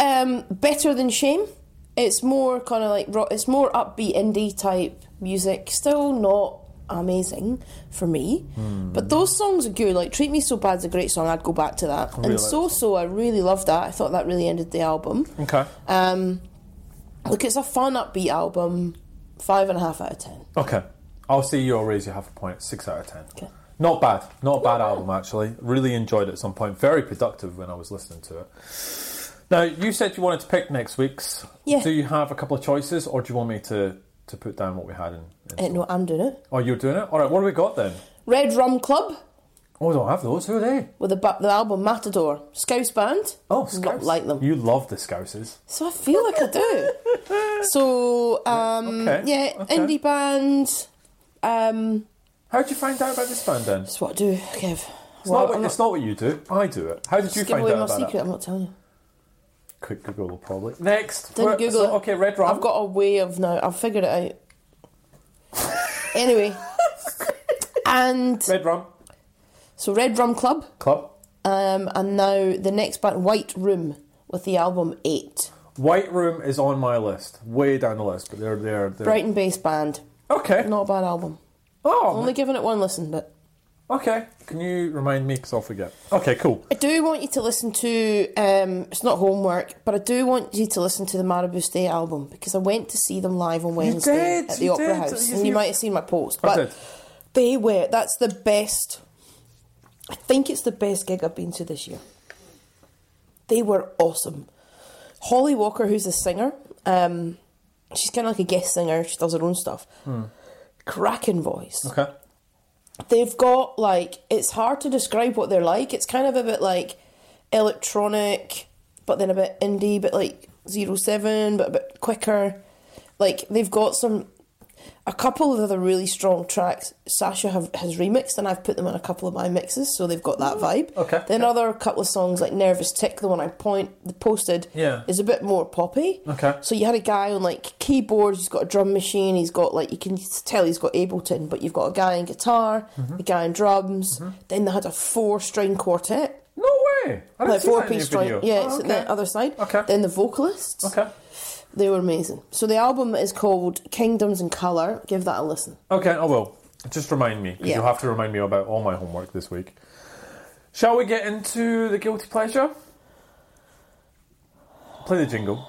Um, better than shame. It's more kind of like ro- it's more upbeat indie type music. Still not amazing for me,
Hmm.
but those songs are good. Like treat me so bad's a great song. I'd go back to that.
really
and
like
so so, I really loved that. I thought that really ended the album.
Okay,
Um, look, it's a fun upbeat album. Five and a half out of ten.
okay. I'll see you. I'll raise you half a point. Six out of ten.
Okay.
Not bad. Not a bad album actually. Really enjoyed it at some point. Very productive when I was listening to it. Now you said you wanted to pick next week's.
Yeah.
Do you have a couple of choices, or do you want me to to put down what we had? In, in...
Uh, no, I'm doing it.
Oh, you're doing it. All right. What do we got then?
Red Rum Club
Oh, I don't have those. Who are they?
with the, bu- the album Matador. Scouse Band.
Oh,
not
Scouse.
like them.
You love the Scouses.
So I feel like I do. So um,
Okay,
yeah,
okay.
indie band. Um,
How did you find out about this band then?
that's what I do, Kev.
It's, not, what, it's not what you do. I do it. How did you
just give
find
away
out
my
about
secret.
it?
I'm not telling you.
Quick Google will probably. Next.
Didn't
We're-
Google
so,
it.
Okay, Red Rum.
I've got a way of now. I've figured it out. anyway, and
Red Rum
so Red Rum Club,
Club.
um, and now the next band, White Room, with the album Eight,
White Room is on my list. Way down the list, but they're there. They're...
Brighton-based band.
Okay.
Not a bad album.
Oh,
Only giving it one listen, but
okay. Can you remind me? Because I'll forget. Okay, cool.
I do want you to listen to um, it's not homework, but I do want you to listen to the Marabou Stay album because I went to see them live on Wednesday
did,
at the
you
Opera
did.
House.
You-
and you
you-
might have seen my post,
I
but
did.
they were that's the best. I think it's the best gig I've been to this year. They were awesome. Holly Walker, who's the singer, um, she's kind of like a guest singer. She does her own stuff.
Hmm.
Cracking voice
Okay.
they've got like it's hard to describe what they're like. It's kind of a bit like electronic, but then a bit indie, but like zero seven, but a bit quicker. Like they've got some a couple of other really strong tracks Sasha have, has remixed, and I've put them in a couple of my mixes, so they've got that vibe.
Mm. okay,
Then
okay.
other couple of songs like Nervous Tick, the one I point posted,
Yeah.
is a bit more poppy.
Okay.
So you had a guy on like keyboards, he's got a drum machine, he's got like you can tell he's got Ableton, but you've got a guy in guitar,
Mm-hmm.
the guy in drums. Then they had a four string quartet,
No way. I didn't
like
see
four
that in
piece
your
string.
video.
Yeah,
Oh,
it's on
okay.
the other side.
Okay.
Then the vocalists,
Okay.
they were amazing. So the album is called Kingdoms in Color. Give that a listen.
Okay, I will. Just remind me, because
Yeah.
you'll have to remind me about all my homework this week. Shall we get into the guilty pleasure? Play the jingle.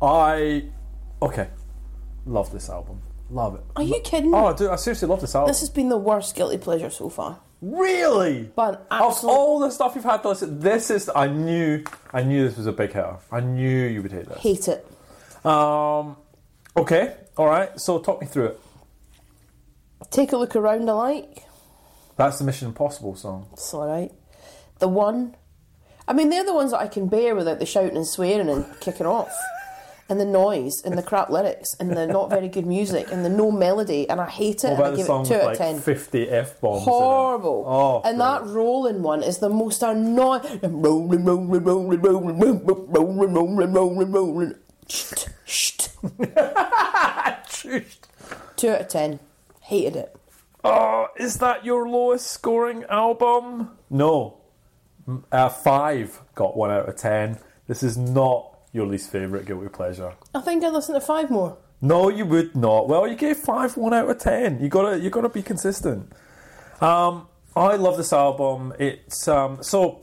I okay, love this album. Love it.
Are you kidding? me?
Oh, dude, I seriously love this album.
This has been the worst guilty pleasure so far.
really.
But
Of
absolute
all the stuff you've had to listen, this is I knew I knew this was a big hitter. I knew you would hate this.
hate it.
Um, okay, all right. So talk me through it.
Take a look around alike.
That's the Mission Impossible song.
It's all right. The one. I mean, they're the ones that I can bear without the shouting and swearing and kicking off, and the noise, and the crap lyrics, and the not very good music, and the no melody, and I hate it.
What
And I
about the
give
song
it two
with
out
like
of ten.
fifty f bombs?
Horrible.
Oh,
and
brilliant.
that rolling one is the most annoying. Rolling, rolling, rolling, rolling, rolling, rolling, rolling, rolling, rolling. Sht, sht. Two out of ten. Hated it.
Oh, is that your lowest scoring album? No. M- Uh, five got one out of ten. This is not your least favourite guilty pleasure.
I think I listened to five more.
No, you would not. Well, you gave five one out of ten. You gotta you gotta be consistent. Um, I love this album. It's um, so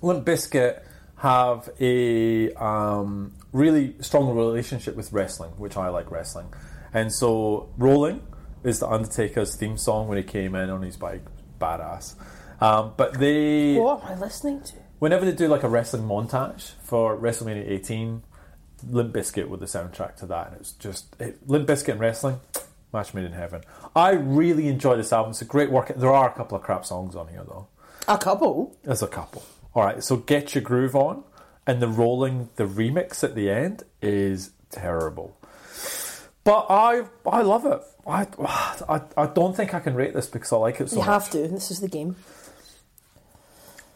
Limp Biscuit have a um, really strong relationship with wrestling, which I like wrestling, and so "Rolling" is the Undertaker's theme song when he came in on his bike, badass. Um, but they
What am I listening to?
whenever they do like a wrestling montage for WrestleMania 18, Limp Bizkit were the soundtrack to that, and it's just it, Limp Bizkit and wrestling, match made in heaven. I really enjoy this album. It's a great work. There are a couple of crap songs on here though.
A couple.
There's a couple. All right, so get your groove on, and the rolling the remix at the end is terrible. But I I love it. I, I, I don't think I can rate this because I like it so
You
much.
have to. This is the game.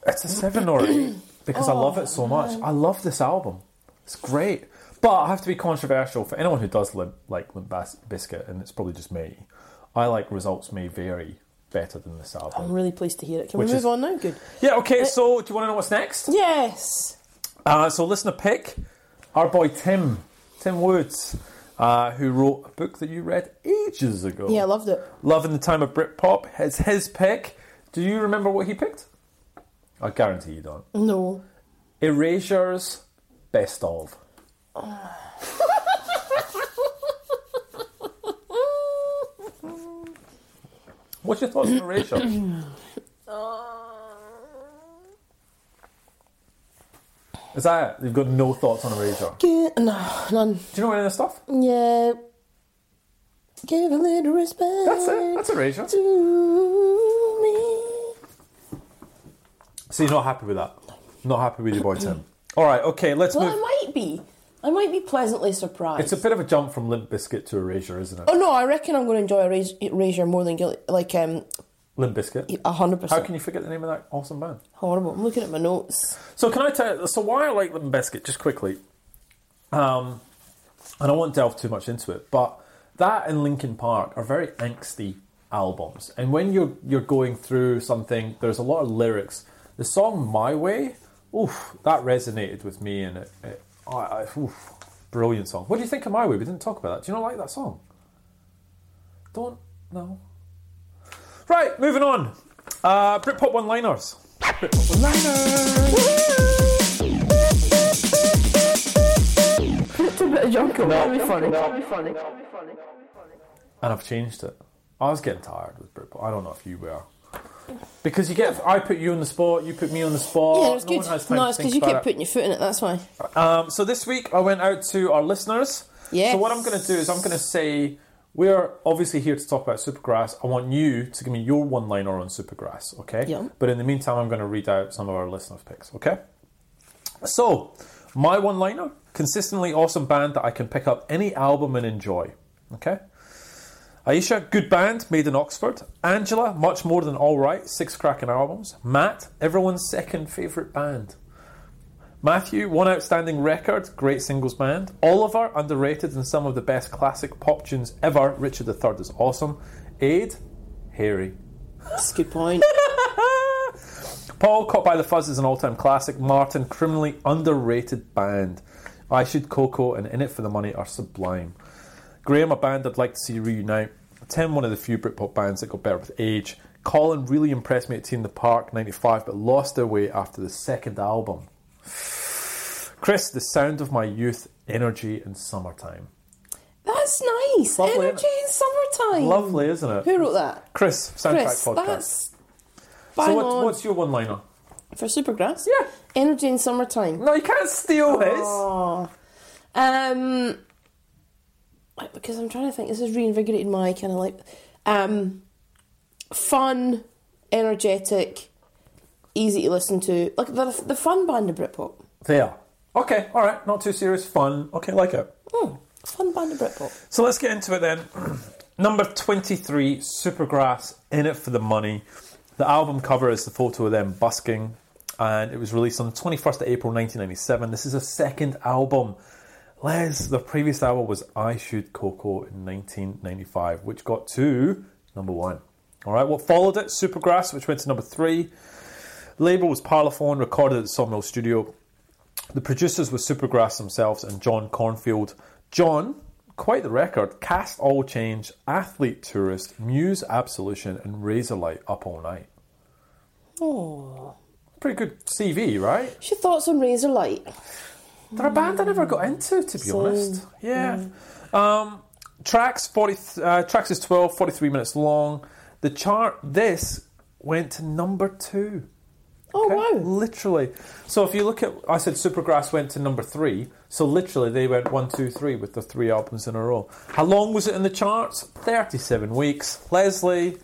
It's a seven or eight because I love it so much. I love this album. It's great. But I have to be controversial for anyone who does limp, like Limp Bas- Biscuit, and it's probably just me. I like Results May Vary better than this
I'm
album.
really pleased to hear it. Can
Which
we move
is-
on now? Good.
Yeah, okay, so do you want to know what's next?
Yes.
Uh, so listen to Pick, our boy Tim, Tim Woods, uh, who wrote a book that you read ages ago.
Yeah, I loved it.
Love in the Time of Britpop. It's his pick. Do you remember what he picked? I guarantee you don't.
No.
Erasure's best of. What's your thoughts on Erasure? Is that it? You've got no thoughts on Erasure. Do
Gi- no, none.
you know any of this stuff?
Yeah. Give a little respect.
That's it. That's Erasure.
Mm. to me.
So you're not happy with that? Not happy with your boy Tim. All right. Okay. Let's
Mm. Well, I
move.
might be. I might be pleasantly surprised.
It's a bit of a jump from Limp Biscuit to Erasure, isn't it?
oh no, I reckon I'm going to enjoy Eras- Erasure more than Guilty. Like um,
Limp Biscuit.
a hundred
How
percent.
can you forget the name of that awesome band?
Horrible. I'm looking at my notes.
So can I tell? So why I like Limp Biscuit, just quickly. Um, and I won't delve too much into it, but that and Linkin Park are very angsty albums. And when you're you're going through something, there's a lot of lyrics. The song "My Way," oof, that resonated with me, and it, it I, I, oof, brilliant song. What do you think of "My Way"? We didn't talk about that. Do you not like that song? Don't know. Right, moving on. Uh, Britpop one-liners. Britpop one-liners. and I've changed it. I was getting tired with Britpop. I don't know if you were. Because you get, I put you on the spot, you put me on the spot.
yeah, it was
no
good.
One has time
No,
to
it's
think
because you
about
kept
it.
putting your foot in it. That's why.
Um, so this week I went out to our listeners.
Yes.
So what I'm going to do is I'm going to say we're obviously here to talk about Supergrass. I want you to give me your one liner on Supergrass, okay?
Yeah.
But in the meantime, I'm going to read out some of our listeners' picks, okay? So my one liner: consistently awesome band that I can pick up any album and enjoy. Okay. Aisha, good band, made in Oxford. Angela, much more than alright, six cracking albums. Matt, everyone's second favourite band. Matthew, one outstanding record, great singles band. Oliver, underrated and some of the best classic pop tunes ever. Richard III is awesome. Aid, hairy.
That's a good point.
Paul, Caught by the Fuzz is an all time classic. Martin, criminally underrated band. I Should Coco and In It for the Money are sublime. Graham, a band I'd like to see reunite. Tim, one of the few Britpop bands that got better with age. Colin really impressed me at Teen in the Park 95, but lost their way after the second album. Chris, the sound of my youth energy in summertime.
That's nice.
Lovely,
Energy in summertime.
Lovely, isn't it?
Who wrote that?
Chris, soundtrack
Chris.
podcast.
That's bang
so what,
on
what's your one liner?
for Supergrass.
Yeah.
Energy in summertime.
No, you can't steal his.
Oh. Um. like, Because I'm trying to think. This has reinvigorated my kind of like, um, fun, energetic, easy to listen to. Like the the fun band of Britpop.
There. Okay, all right, not too serious, fun. Okay, like it.
Hmm. Fun band of Britpop.
So let's get into it then. Number 23, Supergrass, In It for the Money. The album cover is the photo of them busking, and it was released on the 21st of April 1997. This is a second album. Les, their previous album was I Shoot Coco in 1995, which got to number one. All right, what followed it? Supergrass, which went to number three. Label was Parlophone, recorded at the Sawmill Studio. The producers were Supergrass themselves and John Cornfield. John, quite the record, cast all change, athlete tourist, muse absolution, and razor light up all night.
Oh.
Pretty good CV, right?
What's your thoughts on Razor Light?
They're a band I never got into, to be
Hmm. Same.
honest. Yeah. Um, tracks 40, uh, tracks is 12, 43 minutes long. The chart, this went to number two.
Oh
Okay?
wow.
Literally. So if you look at, I said Supergrass went to number three. So literally, they went one, two, three with the three albums in a row. How long was it in the charts? Thirty-seven weeks. Leslie,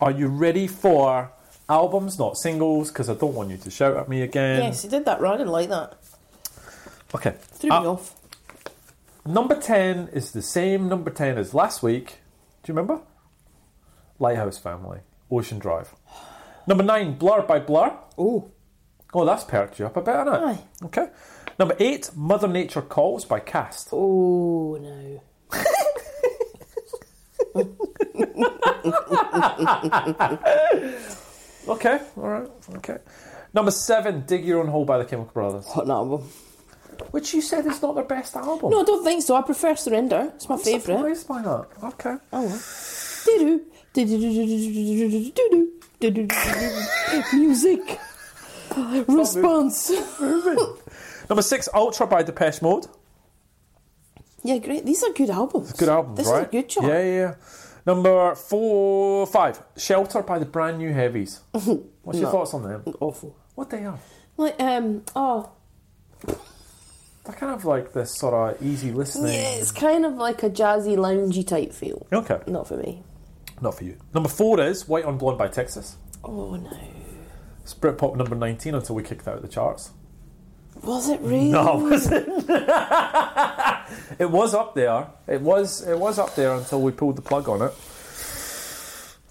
are you ready for albums, not singles? Because I don't want you to shout at me again.
Yes, he did that right. I didn't like that.
Okay.
Threw
Uh,
me off.
Number ten is the same number ten as last week. Do you remember? Lighthouse Family, Ocean Drive. Number nine, Blur by Blur.
Oh.
Oh, that's perked you up a bit, hasn't it?
Aye.
Okay. Number eight, Mother Nature Calls by Cast.
Oh no.
Okay, all right, okay. Number seven, Dig Your Own Hole by the Chemical Brothers,
What an album.
which you said is not their best album.
No, I don't think so. I prefer Surrender. It's my
I'm
favourite. Oh.
surprised by that. Okay.
Do-do, do-do-do-do-do-do-do-do, do-do, do-do-do-do-do-do. Music. Response.
Number six, Ultra by Depeche Mode.
Yeah, great. These are good albums.
Good album,
This
right?
is a good chart.
Yeah, yeah. yeah. Number four, five, Shelter by the Brand New Heavies. What's your
No.
thoughts on them?
Awful.
What they are?
Like, um, oh,
They're kind of like this sort of easy listening.
yeah, it's kind of like a jazzy, loungy type feel.
Okay,
Not for me.
not for you. Number four is White on Blonde by Texas.
Oh, no.
It's Britpop number 19 until we kicked out of the charts.
Was it really?
was it? it was up there. It was it was up there until we pulled the plug on it.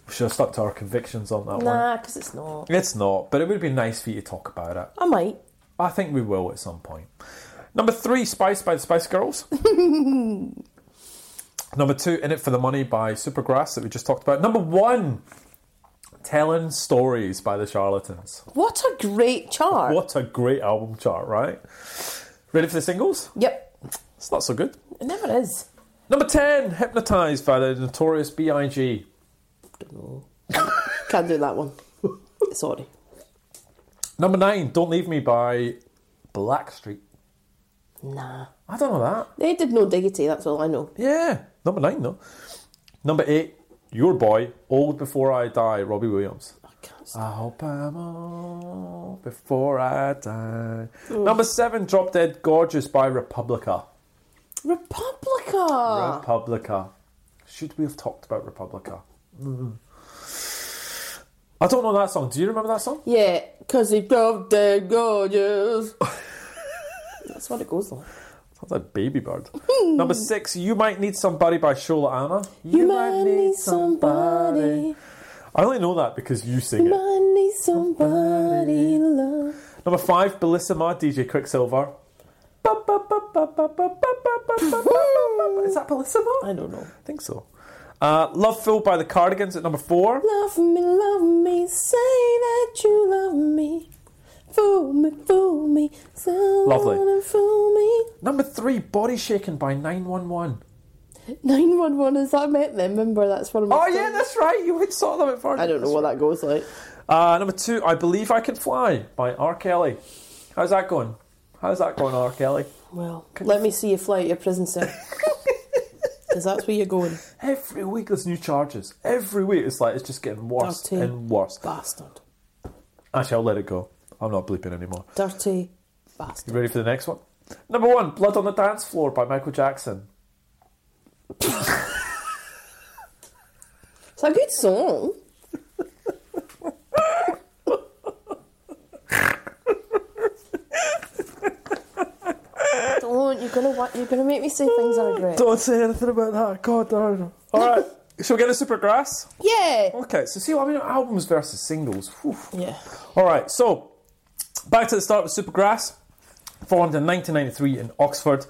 We should have stuck to our convictions on that one.
Nah, because it's not.
It's not, but it would be nice for you to talk about it.
I might.
I think we will at some point. Number three, Spice by the Spice Girls. Number two, In It for the Money by Supergrass that we just talked about. Number one, Telling Stories by the Charlatans.
What a great chart.
What a great album chart, right? Ready for the singles?
Yep.
It's not so good.
It never is.
Number 10, Hypnotized by the Notorious B.I.G.
No. Can't do that one. Sorry.
Number 9, Don't Leave Me by Blackstreet.
Nah.
I don't know that.
They did no diggity, that's all I know.
Yeah, number 9 though. Number 8, Your Boy, Old Before I Die, Robbie Williams.
I can't
I hope I'm old before I die. Number 7, Drop Dead Gorgeous by Republica. Ah.
Republica!
Republica. Should we have talked about Republica? Mm. Mm-hmm. I don't know that song. Do you remember that song?
yeah, because he drove dead gorgeous. that's what it goes like.
Sounds like Baby Bird. Number six, You Might Need Somebody by Shola Anna.
You, might need somebody.
I only know that because you sing
You
it.
might need somebody to love.
Number five, Bellissima, DJ Quicksilver. Ba, ba, ba, ba, ba, ba, ba, ba, ba, ba, ba, ba, ba. Is that Bellissima?
I don't know.
I think so. Uh, Love Fool by the Cardigans at number four.
Love me, love me, say that you love me. Fool me, fool me, someone
Lovely.
and fool me.
Number three, Body Shaken by 911.
911, is that met them? Remember, that's one of my
Oh, yeah,
songs.
that's right. You had saw them at first.
I don't know what that goes like.
Uh, number two, I Believe I Can Fly by R. Kelly. How's that going? How's that going, R. Kelly?
Well, let me see you fly out your prison cell. Because that's where you're going,
Every week there's new charges. Every week it's like it's just getting worse
Dirty.
and worse.
bastard.
Actually, I'll let it go. I'm not bleeping anymore.
Dirty
You
bastard.
ready for the next one? Number one, Blood on the Dance Floor by Michael Jackson.
It's a good song. Don't you're gonna wa- you're gonna make me say things I regret.
Don't say anything about that. God darn. Alright. Shall we get a supergrass?
Yeah.
Okay, so see what I mean albums versus singles. Whew.
Yeah.
Alright, so back to the start with Supergrass. Formed in 1993 in Oxford.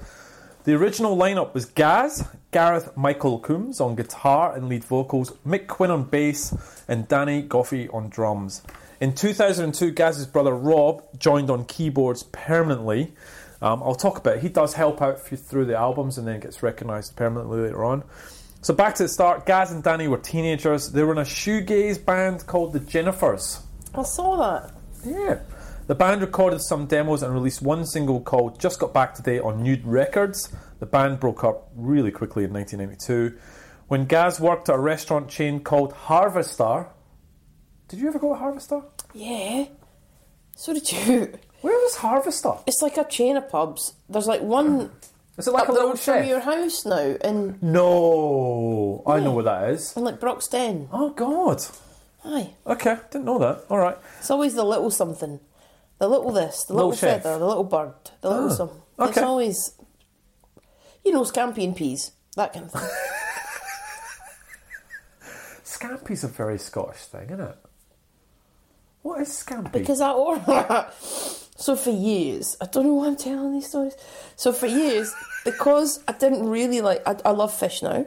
The original lineup was Gaz, Gareth Michael Coombs on guitar and lead vocals, Mick Quinn on bass, and Danny Goffey on drums. In 2002, Gaz's brother Rob joined on keyboards permanently. Um, I'll talk about it. He does help out f- through the albums and then gets recognised permanently later on. So back to the start, Gaz and Danny were teenagers. They were in a shoegaze band called the Jennifers.
I saw that.
Yeah. The band recorded some demos and released one single called Just Got Back Today on Nude Records. The band broke up really quickly in 1992. When Gaz worked at a restaurant chain called Harvester. Did you ever go to Harvester?
Yeah. So did you.
Where was Harvester?
It's like a chain of pubs. There's like one
Is it like
up
a
the
little
road from your
chef?
house now in,
No, I know where that is.
in like Broxton.
Oh God.
Aye.
Okay, didn't know that. All right.
It's always the little something. The little this, the
Little
little,
chef.
feather, the little bird, the little
Ah,
something. It's
okay.
always, you know, scampi and peas, that kind of thing.
Scampi's a very Scottish thing, isn't it? What is scampi?
because I ordered that. So for years, I don't know why I'm telling these stories. So for years, because I didn't really like, I, I love fish now,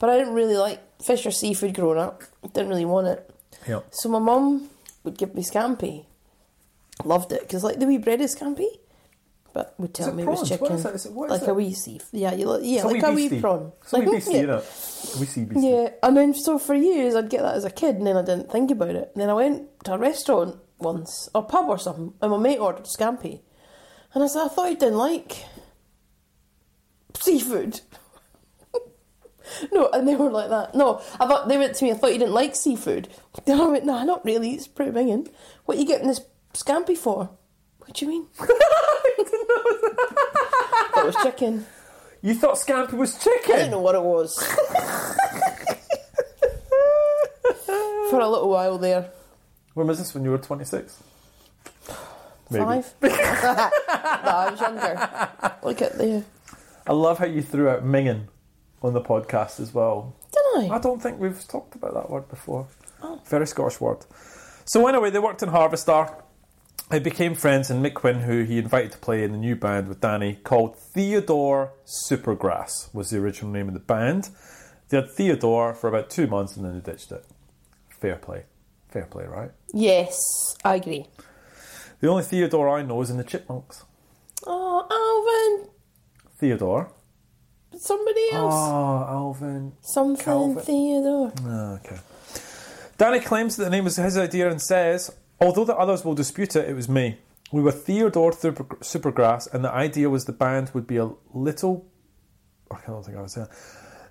but I didn't really like fish or seafood growing up. I didn't really want it.
Yeah.
So my mum would give me scampi. Loved it because like the wee bread is scampi, but would tell
it
me it was
prawns? What
chicken.
is it? Is it- what is
like
it?
a wee seafood. Yeah, you like, yeah,
It's a
like a wee
beastie.
prawn.
It's a wee
Like,
beastie,
yeah.
innit? It's a wee sea beastie.
Yeah, and then so for years I'd get that as a kid, and then I didn't think about it. And then I went to a restaurant once, or pub or something, and my mate ordered scampi, and I said I thought he didn't like seafood. no, and they were like that. No, I thought they went to me. I thought you didn't like seafood. Then I went, nah, not really. It's pretty banging. What are you getting this scampi for? What do you mean? It was chicken.
You thought scampi was
I didn't
chicken?
know what it was. For a little while there.
When was this? When you were 26? Maybe.
Five? no, I was younger. Look at there.
I love how you threw out minging on the podcast as well.
Didn't
I
I?
don't think we've talked about that word before. Very Scottish word. So anyway, they worked in Harvester. They became friends, and Mick Quinn, who he invited to play in the new band with Danny, called Theodore Supergrass, was the original name of the band. They had Theodore for about two months, and then they ditched it. Fair play. Fair play, right?
Yes, I agree.
The only Theodore I know is in the Chipmunks.
Oh,
Theodore.
Alvin! Somebody else.
Oh, Alvin.
Something
Calvin.
Theodore.
Ah, okay. Danny claims that the name was his idea and says, although the others will dispute it, it was me. We were Theodore Super- Supergrass, and the idea was the band would be a little. I can't think I was saying.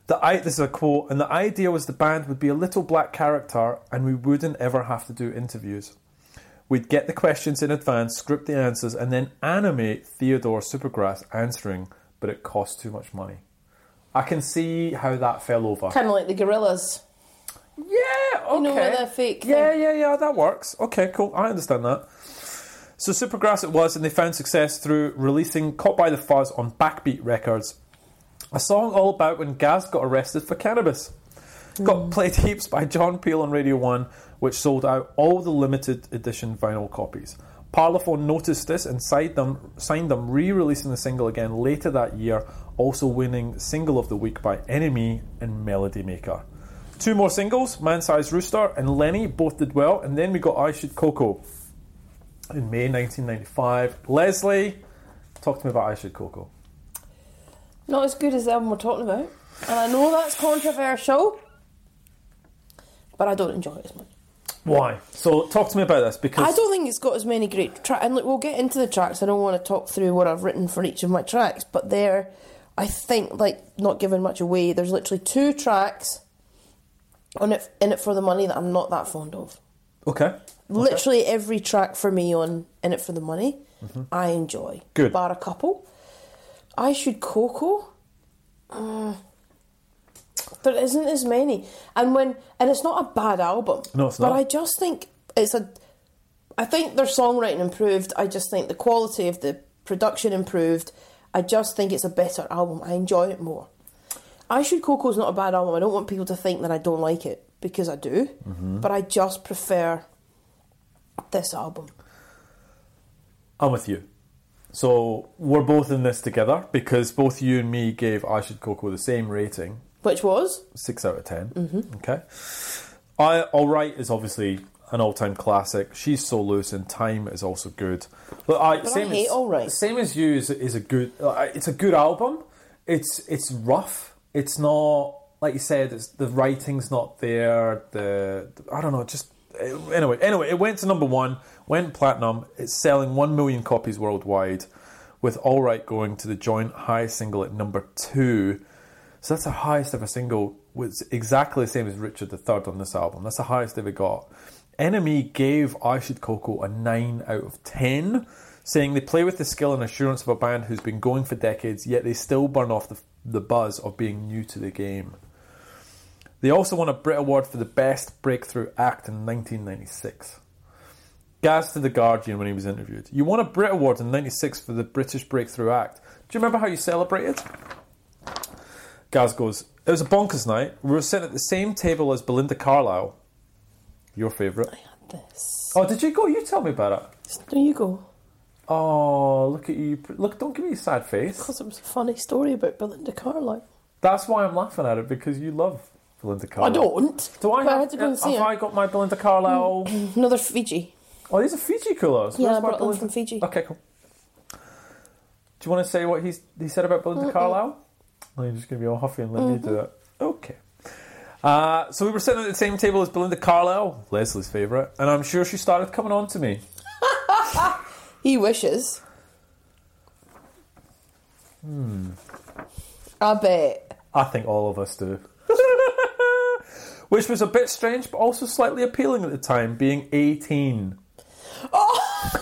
The I, this is a quote, and the idea was the band would be a little black character, and we wouldn't ever have to do interviews. We'd get the questions in advance, script the answers, and then animate Theodore Supergrass answering, but it cost too much money. I can see how that fell over.
Kind of like the gorillas.
Yeah, okay.
know, with that fake
Yeah,
thing.
yeah, yeah, that works. Okay, cool. I understand that. So Supergrass it was, and they found success through releasing Caught by the Fuzz on Backbeat Records, a song all about when Gaz got arrested for cannabis.
Hmm.
Got played heaps by John Peel on Radio 1, which sold out all the limited edition vinyl copies. Parlophone noticed this and signed them, signed them re-releasing the single again later that year, also winning Single of the Week by Enemy and Melody Maker. Two more singles, Man Size Rooster and Lenny, both did well, and then we got I Should Coco in May 1995. Leslie, talk to me about I Should Coco.
Not as good as the album we're talking about. And I know that's controversial, but I don't enjoy it as much.
Why? So talk to me about this because
I don't think it's got as many great tracks. And look, we'll get into the tracks. I don't want to talk through what I've written for each of my tracks, but they're, I think, like not giving much away. There's literally two tracks on it in it for the money that I'm not that fond of.
okay.
Literally every track for me on In It for the Money, I enjoy.
Mm-hmm. Good.
Bar a couple. I Should Coco. Mm. there isn't as many. And when and it's not a bad album.
No, it's
But
not.
I just think it's a I think their songwriting improved. I just think the quality of the production improved. I just think it's a better album. I enjoy it more. I Should Coco is not a bad album. I don't want people to think that I don't like it because I do.
Mm-hmm.
But I just prefer this album.
I'm with you. So we're both in this together because both you and me gave I Should Coco the same rating,
Which was?
six out of 10
Mm-hmm.
Okay. I All Right is obviously an all-time classic. She's so loose, and Time is also good. But I,
I
same
hate
as,
All Right.
Same as you is, is a good. Uh, it's a good album. It's it's rough. It's not like you said. It's the writing's not there. The I don't know. Just eh, anyway. Anyway, it went to number one. Went platinum. It's selling one million copies worldwide. With All Right going to the joint highest single at number two. So that's the highest ever single. Was exactly the same as Richard III on this album. That's the highest ever got. Enemy gave I Should Coco a 9 out of 10, saying they play with the skill and assurance of a band who's been going for decades, yet they still burn off the, the buzz of being new to the game. They also won a Brit Award for the Best Breakthrough Act in 1996. Gaz to The Guardian when he was interviewed. You won a Brit Award in 96 for the British Breakthrough Act. Do you remember how you celebrated? Gaz goes, It was a bonkers night. We were sitting at the same table as Belinda Carlisle. Your favourite.
This.
Oh, did you go? You tell me about it.
There you go.
Oh, look at you. Look, don't give me a sad face.
Because it was a funny story about Belinda Carlisle.
That's why I'm laughing at it because you love Belinda
I
Carlisle.
don't.
Do I
But
have,
I had to go and see
have
her.
I got my Belinda Carlisle?
Another Fiji.
oh, these are Fiji coolers.
Yeah,
Where's
I
my
brought them
Belinda-
from Fiji.
Okay, cool. Do you want to say what he's, he said about Belinda Carlisle? Or you're just going to be all huffy and let me
Mm-hmm.
do it? Okay. Uh, so we were sitting at the same table as Belinda Carlisle, Leslie's favourite, and I'm sure she started coming on to me.
He wishes. Hmm. I bet.
I think all of us do. Which was a bit strange, but also slightly appealing at the time, being 18.
Oh!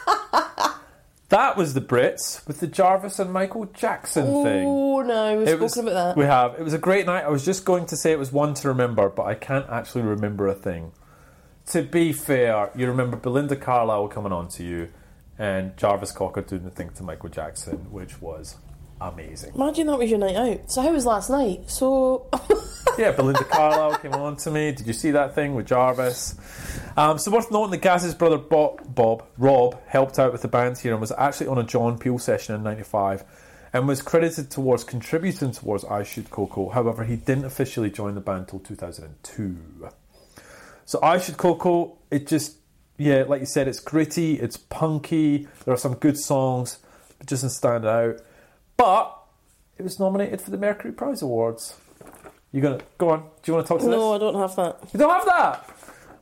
that was the Brits with the Jarvis and Michael Jackson thing.
Oh no, we've
It
spoken
was-
about that.
We have. It was a great night. I was just going to say it was one to remember, but I can't actually remember a thing. To be fair, you remember Belinda Carlisle coming on to you and Jarvis Cocker doing the thing to Michael Jackson, which was amazing.
Imagine that was your night out. So how was last night? So
Yeah, Belinda Carlisle came on to me. Did you see that thing with Jarvis? Um, so worth noting that Gaz's brother Bob, Bob Rob helped out with the band here and was actually on a John Peel session in '95, and was credited towards contributing towards I Shoot Coco. However, he didn't officially join the band till 2002. So I Should Coco, it just, yeah, like you said, it's gritty, it's punky, there are some good songs, but doesn't stand out. But it was nominated for the Mercury Prize Awards. You're gonna go on. Do you want to talk to this?
no, I don't have that.
You don't have that.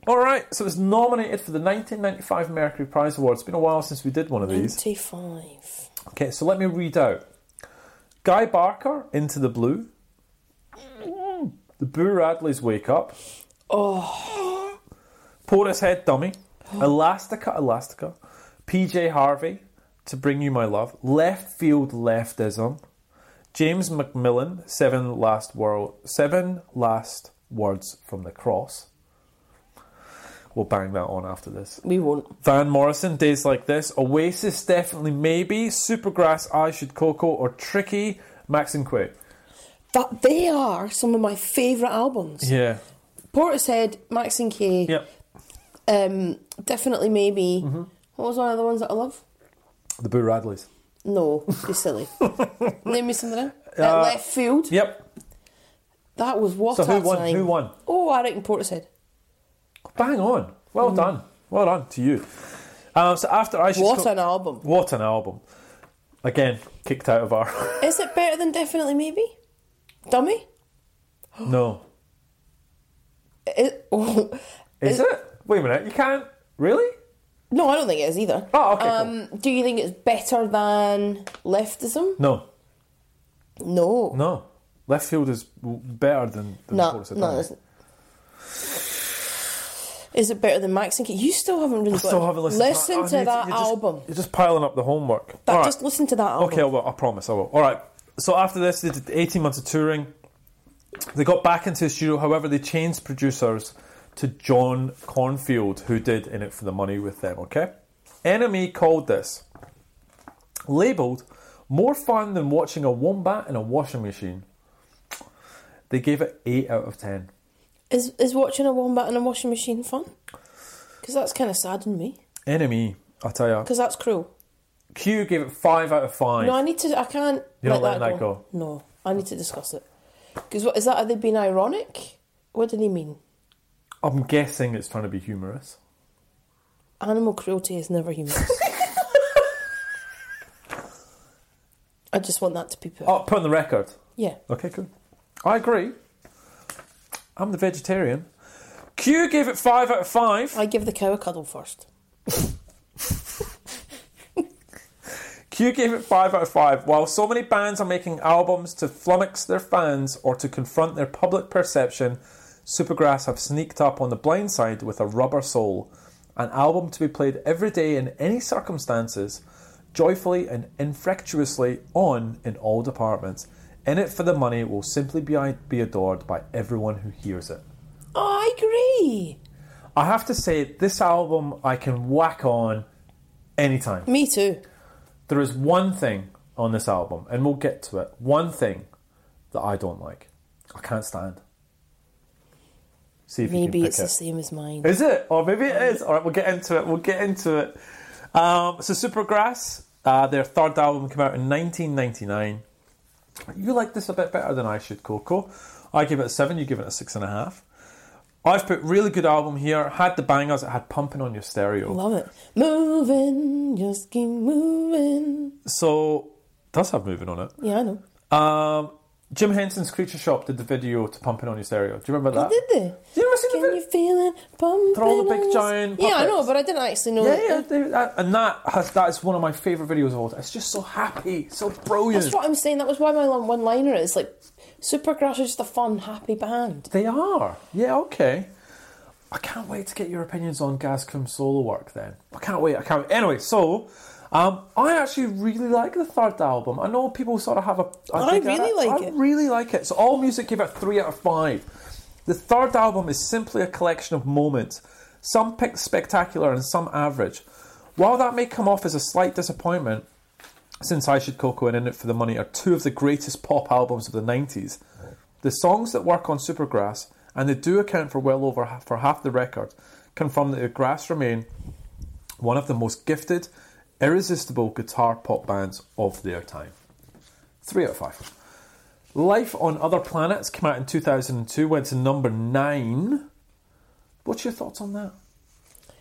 All right. So it was nominated for the 1995 Mercury Prize Awards. It's been a while since we did one of these.
Twenty-five.
Okay, so let me read out. Guy Barker, Into the Blue. Mm, The Boo Radleys Wake Up. Oh. Porous Head Dummy. Elastica, Elastica. PJ Harvey, To Bring You My Love. Left Field Leftism. James Macmillan, Seven Last World, Seven Last Words from the Cross. We'll bang that on after this.
We won't.
Van Morrison, Days Like This, Oasis, definitely maybe, Supergrass, I Should Coco, or Tricky, Max and Quake.
That they are some of my favourite albums.
Yeah.
Portishead, Max and Kay.
Yep.
Um, definitely maybe.
Mm-hmm.
What was one of the ones that I love?
The Boo Radleys.
No, be silly. Name me something. else. Uh,
Uh,
left field.
Yep.
That was what
So
a
who won?
time.
Who won?
Oh, I reckon Portishead.
Bang on. Well done. Well done to you. Um, so after I Should
What
Co-
an album!
What an album. Again, kicked out of our.
Is it better than definitely maybe? Dummy.
no.
It, oh,
Is it? Wait a minute. You can't. Really?
No, I don't think it is either.
Oh, okay, cool.
Um, Do you think it's better than leftism?
No.
No.
No. Left field is w- better than, than
No,
Portishead,
no,
don't
it
it?
isn't. Is it better than Max and Kate? You still haven't really
I
got
still haven't listened.
Listen
I- I
to
need-
that
you're just-
album.
You're just piling up the homework.
That,
All right.
Just listen to that album.
Okay, I will. I promise I will. All right. So after this, they did 18 months of touring. They got back into the studio. However, they changed producers to John Cornfield, who did In It for the Money with them. Okay. Enemy called this labeled more fun than watching a wombat in a washing machine. They gave it eight out of ten.
Is is watching a wombat in a washing machine fun? Because that's kind of saddened me.
Enemy, I tell you.
Because that's cruel.
Q gave it five out of five.
No, I need to. I can't.
You're not
let
letting that go.
No, I need to discuss it. Because what is that? Are they being ironic? What did he mean?
I'm guessing it's trying to be humorous.
Animal cruelty is never humorous. I just want that to be put.
Oh, put on the record.
Yeah.
Okay, cool. I agree. I'm the vegetarian. Q gave it five out of five.
I give the cow a cuddle first.
Q gave it five out of five. While so many bands are making albums to flummox their fans or to confront their public perception, Supergrass have sneaked up on the blind side with a rubber soul, an album to be played every day in any circumstances, joyfully and infectiously on in all departments. In it for the money will simply be, be adored by everyone who hears it.
Oh, I agree.
I have to say, this album I can whack on anytime.
Me too.
There is one thing on this album, and we'll get to it. One thing that I don't like. I can't stand. See if you
Maybe
can
it's
pick
the
it.
same as mine.
Is it? Or maybe it is. All right, we'll get into it. We'll get into it. Um, so, Supergrass, uh, their third album came out in 1999. You like this a bit better than I should, Coco. I give it a seven. You give it a six and a half. I've put really good album here. Had the bangers. It had pumping on your stereo.
Love it. Moving, just keep moving.
So does have moving on it.
Yeah, I know.
Um, Jim Henson's Creature Shop did the video to pumping on your stereo. Do you remember that?
Did they?
Do you ever see the
Can
video?
you feel it pumping?
They're all the big
on your-
giant
Yeah, I know,
puppets.
but I didn't actually know
Yeah,
that.
yeah, they- that- and that has, that is one of my favorite videos of all time. It's just so happy, so brilliant.
That's what I'm saying. That was why my one liner is like Supergrass is just a fun, happy band.
They are. Yeah, okay. I can't wait to get your opinions on Gazcom's solo work then. I can't wait. I can't. Anyway, so um, I actually really like the third album. I know people sort of have a.
I
think
really like
I
it.
really like it. So All Music gave it 3 out of 5. The third album is simply a collection of moments, some picked spectacular and some average. While that may come off as a slight disappointment, since I Should Coco and In It for the Money are two of the greatest pop albums of the 90s. The songs that work on Supergrass, and they do account for well over half, for half the record, confirm that the Grass remain one of the most gifted, irresistible guitar pop bands of their time. Three out of five. Life on Other Planets came out in 2002, went to number nine. What's your thoughts on that?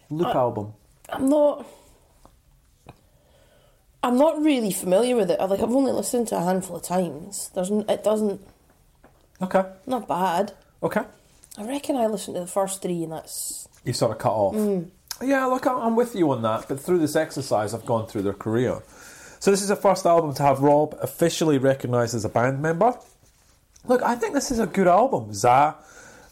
Loop album.
I'm not. I'm not really familiar with it. I- Like I've only listened to a handful of times. There's n- it doesn't
Okay,
not bad.
okay.
I reckon I listened to the first three, and that's
you sort of cut off. Yeah, look, I- I'm with you on that, but through this exercise, I've gone through their career. So, this is the first album to have Rob officially recognised as a band member. Look, I think this is a good album. Za,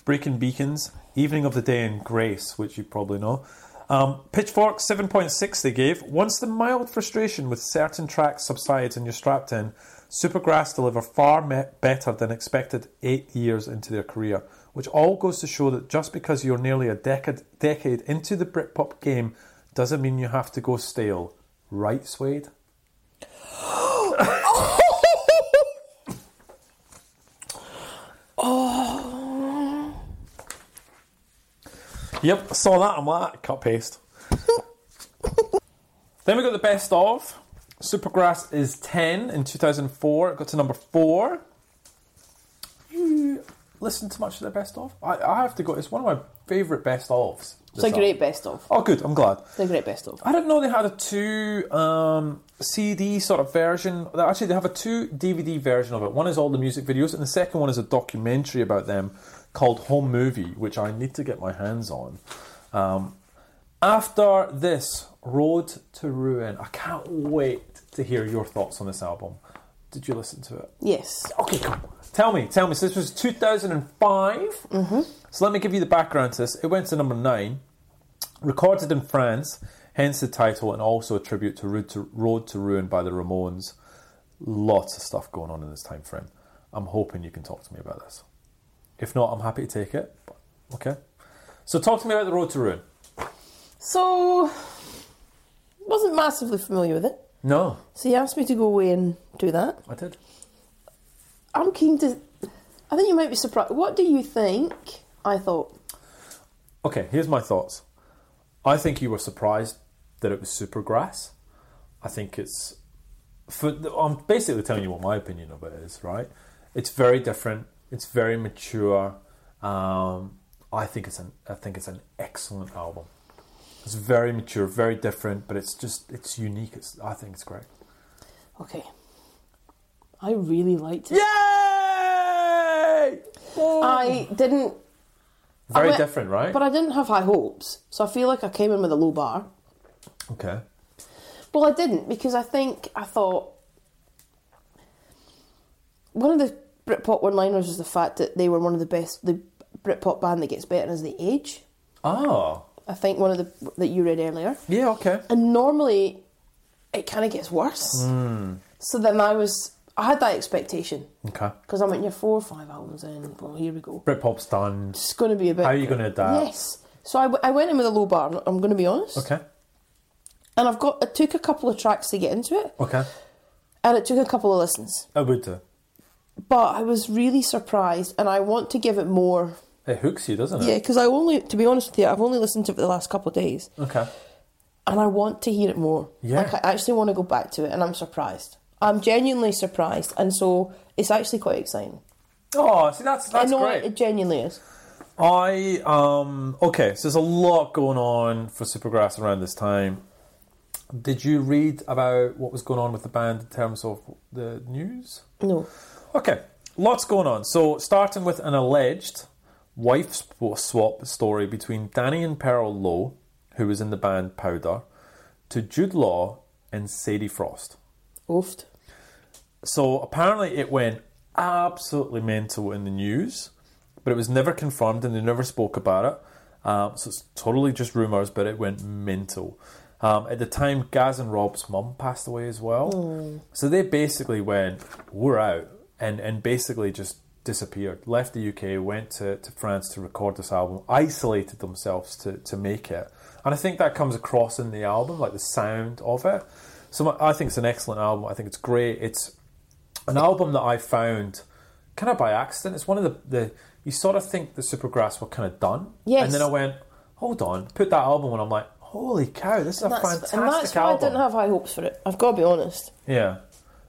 Breaking Beacons, Evening of the Day, and Grace, which you probably know. Um, Pitchfork 7.6 they gave. Once the mild frustration with certain tracks subsides and you're strapped in, Supergrass deliver far me- better than expected eight years into their career, which all goes to show that just because you're nearly a decade, decade into the Britpop game doesn't mean you have to go stale. Right, Suede? Yep, saw that. I'm like, cut paste. then we got the best of. Supergrass is 10 in 2004. It got to number 4. You listen to much of their best of? I, I have to go. It's one of my favourite best ofs.
It's a great best of.
Oh, good. I'm glad.
It's a great best of.
I didn't know they had a two um, CD sort of version. They- Actually, they have a two DVD version of it. One is all the music videos, and the second one is a documentary about them called Home Movie, which I need to get my hands on. Um, after this, Road to Ruin. I can't wait to hear your thoughts on this album. Did you listen to it?
Yes.
Okay, come. Tell me, tell me. So this was 2005. Mm-hmm. So let me give you the background to this. It went to number nine, recorded in France, hence the title, and also a tribute to Road to, Road to Ruin by the Ramones. Lots of stuff going on in this time frame. I'm hoping you can talk to me about this. If not, I'm happy to take it. but- Okay. So talk to me about the Road to Ruin.
So, wasn't massively familiar with it.
No,
So you asked me to go away and do that.
I did.
I'm keen to. I think you might be surprised. What do you think? I thought.
Okay, here's my thoughts. I think you were surprised that it was Supergrass. I think it's. For, I'm basically telling you what my opinion of it is, right? It's very different. It's very mature. Um, I think it's an. I think it's an excellent album. It's very mature, very different, but it's just it's unique. It's. I think it's great.
Okay. I really liked it.
Yay!
I didn't. I
Very
went-
different, right?
Uh, But I didn't have high hopes, so I feel like I came in with a low bar.
okay.
Well, I didn't because I think I thought one of the Britpop one-liners is the fact that they were one of the best, the Britpop band that gets better as they age.
Oh.
I think one of the that you read earlier.
Yeah. Okay.
And normally, it kind of gets worse.
Hmm.
So then I was, I had that expectation
Okay.
because I went, you're four or five albums in. Well, here we go.
Britpop's done.
It's going to be a bit.
How are you going to adapt?
Yes. So I, w- I went in with a low bar. I'm going to be honest.
Okay.
And I've got, it took a couple of tracks to get into it,
Okay.
and it took a couple of listens.
I would do.
But I was really surprised, and I want to give it more.
It hooks you, doesn't it?
Yeah, because I only, to be honest with you, I've only listened to it for the last couple of days,
Okay.
and I want to hear it more.
Yeah.
Like, I actually want to go back to it, and I'm surprised. I'm genuinely surprised, and so it's actually quite exciting.
Oh, see, that's that's
I know
great.
it genuinely is.
I um okay. So there's a lot going on for Supergrass around this time. Did you read about what was going on with the band in terms of the news?
No.
Okay, lots going on. So, starting with an alleged wife sp- swap story between Danny and Pearl Lowe, who was in the band Powder, to Jude Law and Sadie Frost.
Oofed.
So apparently it went absolutely mental in the news, but it was never confirmed and they never spoke about it. Um, so it's totally just rumours, but it went mental. Um, at the time, Gaz and Rob's mum passed away as well. So they basically went, we're out, and, and basically just disappeared. Left the UK, went to, to France to record this album, isolated themselves to, to make it. And I think that comes across in the album, like the sound of it. So my, I think it's an excellent album. I think it's great. It's an album that I found kind of by accident. It's one of the, the you sort of think the Supergrass were kind of done,
Yes.
And then I went, hold on, put that album, and I'm like, holy cow, this is a fantastic
and that's why
album.
I didn't have high hopes for it. I've got to be honest.
yeah,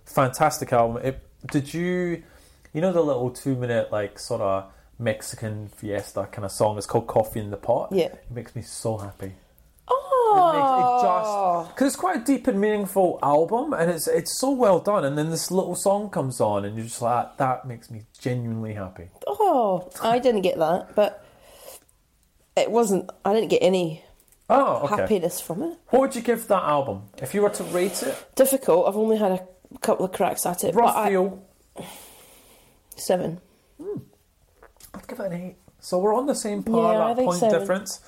fantastic album. It, did you, you know, the little two minute like sort of Mexican fiesta kind of song? It's called Coffee in the Pot.
Yeah.
it makes me so happy
Oh,
because it's quite a deep and meaningful album, and it's it's so well done. And then this little song comes on, and you're just like, that makes me genuinely happy.
oh, I didn't get that, but it wasn't. I didn't get any
Oh, okay.
happiness from it.
What would you give that album if you were to rate it?
Difficult. I've only had a couple of cracks at it.
Rough
but I-
feel.
seven.
I'd give it an eight. So we're on the same par.
Yeah, I
that
think
point
so.
difference.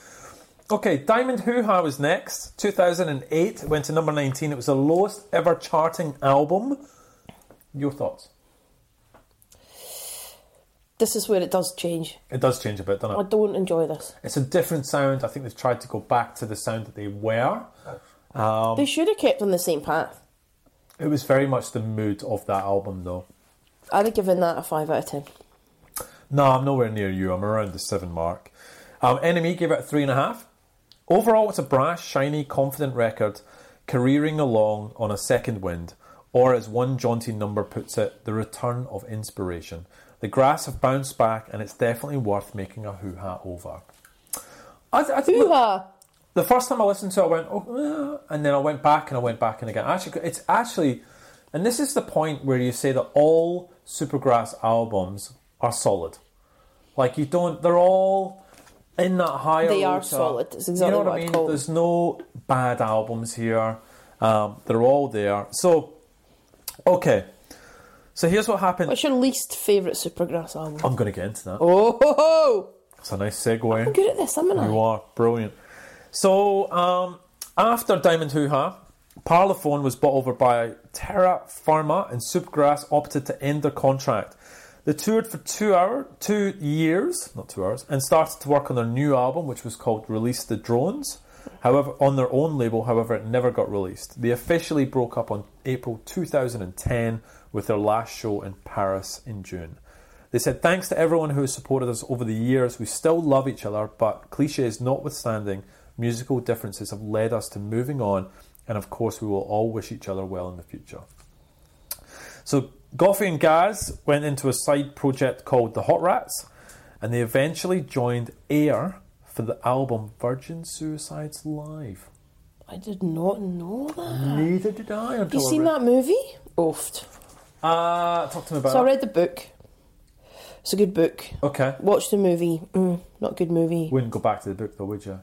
Okay, Diamond Hoo Ha was next. 2008 it went to number 19. It was the lowest ever charting album. Your thoughts?
This is where it does change.
It does change a bit, doesn't it?
I don't enjoy this.
It's a different sound. I think they've tried to go back to the sound that they were. Um.
They should have kept on the same path.
It was very much the mood of that album, though.
I'd have given that a five out of ten.
No, I'm nowhere near you. I'm around the seven mark. Um, Enemy gave it a three and a half. Overall, it's a brash, shiny, confident record, careering along on a second wind, or as one jaunty number puts it, the return of inspiration. The grass have bounced back, and it's definitely worth making a hoo ha over. I, I think look,
Hoo-ha.
the first time I listened to it, I went, oh, eh," and then I went back and I went back and again. Actually, it's actually, and this is the point where you say that all Supergrass albums are solid. Like you don't, they're all in that higher.
They are
order.
solid. It's exactly
you know what
what I'd
I mean.
call them.
There's no bad albums here. Um, they're all there. So, okay. So here's what happened.
What's your least favourite Supergrass album?
I'm going to get into that.
Oh, ho, ho.
It's a nice segue.
I'm good at this, am
You
I?
are brilliant. So um, after Diamond Hoo Ha, Parlophone was bought over by Terra Pharma, and Supergrass opted to end their contract. They toured for two hour, two years, not two hours, and started to work on their new album, which was called "Release the Drones." However, on their own label, however, it never got released. They officially broke up on April 2010 with their last show in Paris in June. They said, Thanks to everyone who has supported us over the years. We still love each other, but cliches notwithstanding, musical differences have led us to moving on, and of course, we will all wish each other well in the future. So, Goffey and Gaz went into a side project called The Hot Rats, and they eventually joined Air for the album Virgin Suicides Live.
I did not know that.
Neither did I. Until
You
I
seen
read-
that movie? Oofed.
Uh, talk to me about
So I
that.
read the book. It's a good book.
Okay.
Watched the movie. Mm, not good movie.
Wouldn't go back to the book though, would you?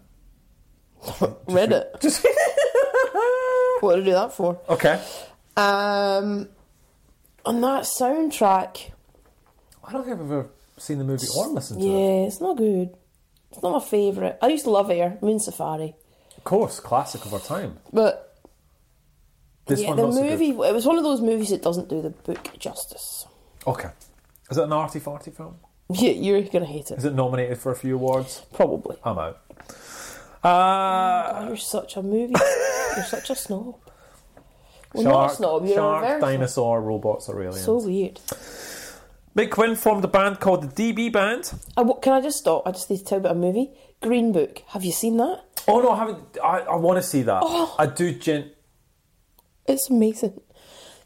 read it. what did I do that for?
Okay.
Um, on that soundtrack.
I don't think I've ever seen the movie or listened to it.
Yeah, it's not good. It's not my favourite. I used to love Air, Moon Safari,
Of course, classic of our time.
but
This
yeah,
one
the
not so good.
movie. It was one of those movies that doesn't do the book justice.
Okay. Is it an arty farty film?
Yeah, you're gonna hate it,
Is it nominated for a few awards?
probably.
I'm out. Uh,
God, Oh, you're such a movie. you're such a snob. Well, not
shark,
a snob. You're
shark,
a reverse snob.
dinosaur, robots, Aurelian.
So weird.
Mick Quinn formed a band called the DB Band.
I, wa- can I just stop? I just need to tell you about a movie. Green Book. Have you seen that?
Oh no, I haven't. I, I want to see that.
Oh.
I do. Gen-
It's amazing.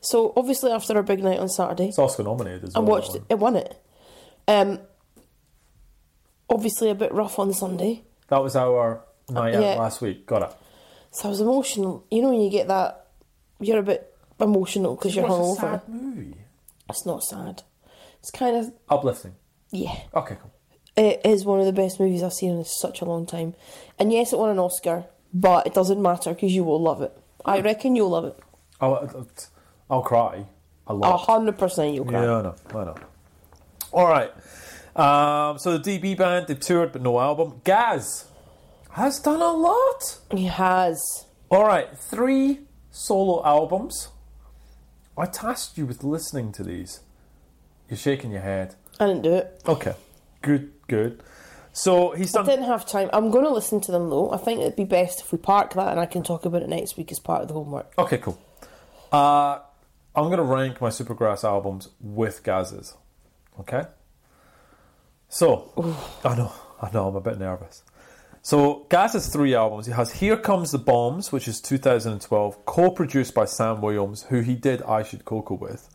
So obviously after our big night on Saturday,
it's Oscar nominated as
I
well. that
watched
one.
it. It won it. Um, obviously a bit rough on Sunday,
That was our night out
yeah.
last week. Got it.
so I was emotional. You know when you get that, you're a bit emotional because you're
What's a
hungover.
sad movie?
It's not sad. It's kind of
Uplifting.
yeah.
Okay, cool.
It is one of the best movies I've seen in such a long time. And yes, it won an Oscar, but it doesn't matter because you will love it. I reckon you'll love it.
I'll, I'll, I'll cry a
A
lot.
hundred percent, you'll cry.
Yeah, I know. I know. All right. Um, so the DB band they toured but no album. Gaz has done a lot.
He has.
All right, three solo albums. I tasked you with listening to these. You're shaking your head.
I didn't do it.
Okay. Good. Good. So he's
I
done.
didn't have time. I'm going to listen to them though. I think it'd be best if we park that and I can talk about it next week as part of the homework.
Okay, cool. Uh, I'm going to rank my Supergrass albums with Gaz's. Okay? So, I know, I know, I'm a bit nervous. So, Gaz has three albums. He has Here Comes the Bombs, which is 2012, co produced by Sam Williams, who he did I Should Coco with.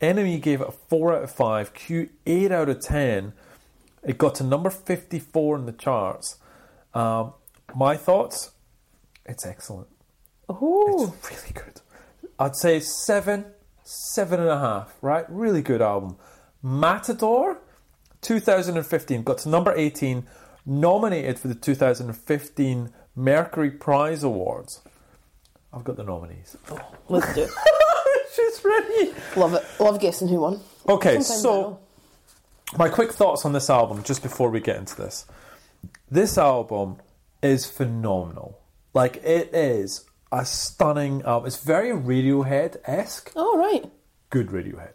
Enemy gave it a 4 out of 5, Q 8 out of 10. It got to number 54 in the charts. Um, my thoughts? It's excellent.
Oh,
It's really good. I'd say seven, seven and a half, right? Really good album. Matador, 2015, got to number 18, nominated for the 2015 Mercury Prize Awards. I've got the nominees.
let's do it.
She's ready.
Love it. Love guessing who won.
Okay,
Sometimes I
so
know.
my quick thoughts on this album just before we get into this. This album is phenomenal. Like, it is a stunning album. It's very Radiohead esque.
All right.
good Radiohead.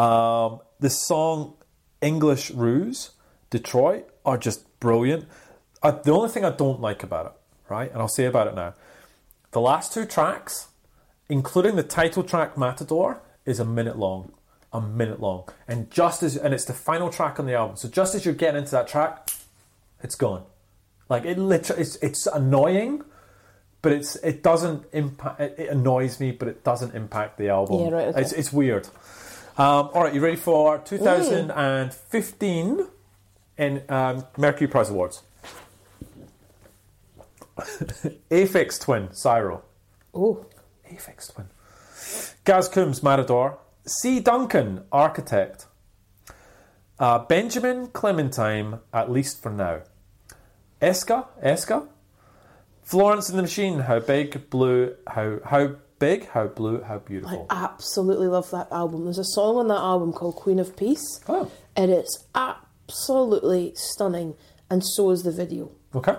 Um, the song English Ruse, Detroit, are just brilliant. I, the only thing I don't like about it, right, and I'll say about it now, the last two tracks, including the title track Matador, is a minute long. A minute long. And just as, and it's the final track on the album. So just as you're getting into that track, it's gone. Like it literally, it's, it's annoying, but it's it doesn't impact. It, it annoys me, but it doesn't impact the album.
Yeah, right, okay.
It's it's weird. Um, all right, you ready for 2015 in um, Mercury Prize Awards? Aphex twin, Cyro.
Oh,
Aphex twin. Gaz Coombs, Matador. C. Duncan, architect. Uh, Benjamin Clementine, at least for now. Eska, Eska. Florence and the Machine, how big, blue, how how big, how blue, how
I
beautiful.
absolutely love that album. There's a song on that album called Queen of Peace.
Oh.
And it's absolutely stunning. And so is the video.
Okay.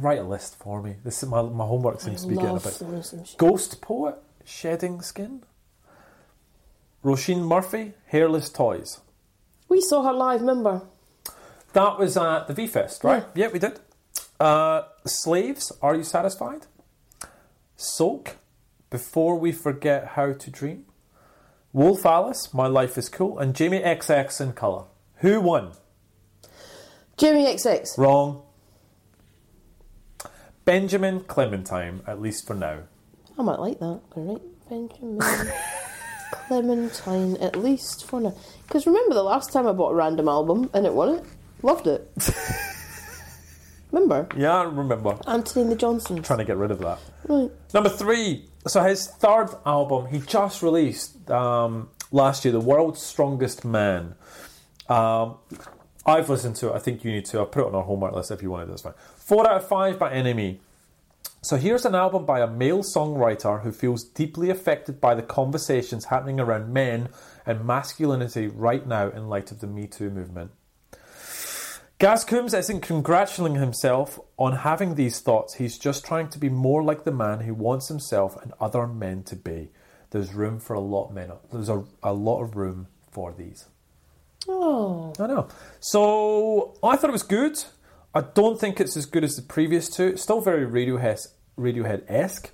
Write a list for me. This is my my homework seems to be getting a
Love
bit.
Florence and the Machine.
Ghost poet, shedding skin. Roisin Murphy, hairless toys.
We saw her live, remember?
That was at uh, the V Fest, right? Yeah, we did. Uh, slaves, are you satisfied? Sulk, before we forget how to dream. Wolf Alice, my life is cool, and Jamie XX in colour. Who won?
Jamie XX.
Wrong. Benjamin Clementine, at least for now.
I might like that. All right, Benjamin. Clementine, at least for now. Because remember the last time I bought a random album and it won it? Loved it. remember?
Yeah, I remember
Anthony and the Johnsons.
trying to get rid of that.
Right.
Number three. So his third album he just released um, last year, The World's Strongest Man. Um, I've listened to it. I think you need to. I'll put it on our homework list if you wanted. That's fine. Four out of five by Enemy. So here's an album by a male songwriter who feels deeply affected by the conversations happening around men and masculinity right now in light of the Me Too movement. Gaz Coombs isn't congratulating himself on having these thoughts. He's just trying to be more like the man he wants himself and other men to be. There's room for a lot of men. There's a, a lot of room for these.
Oh.
I know. So I thought it was good. I don't think it's as good as the previous two. It's still very Radiohead Radiohead esque.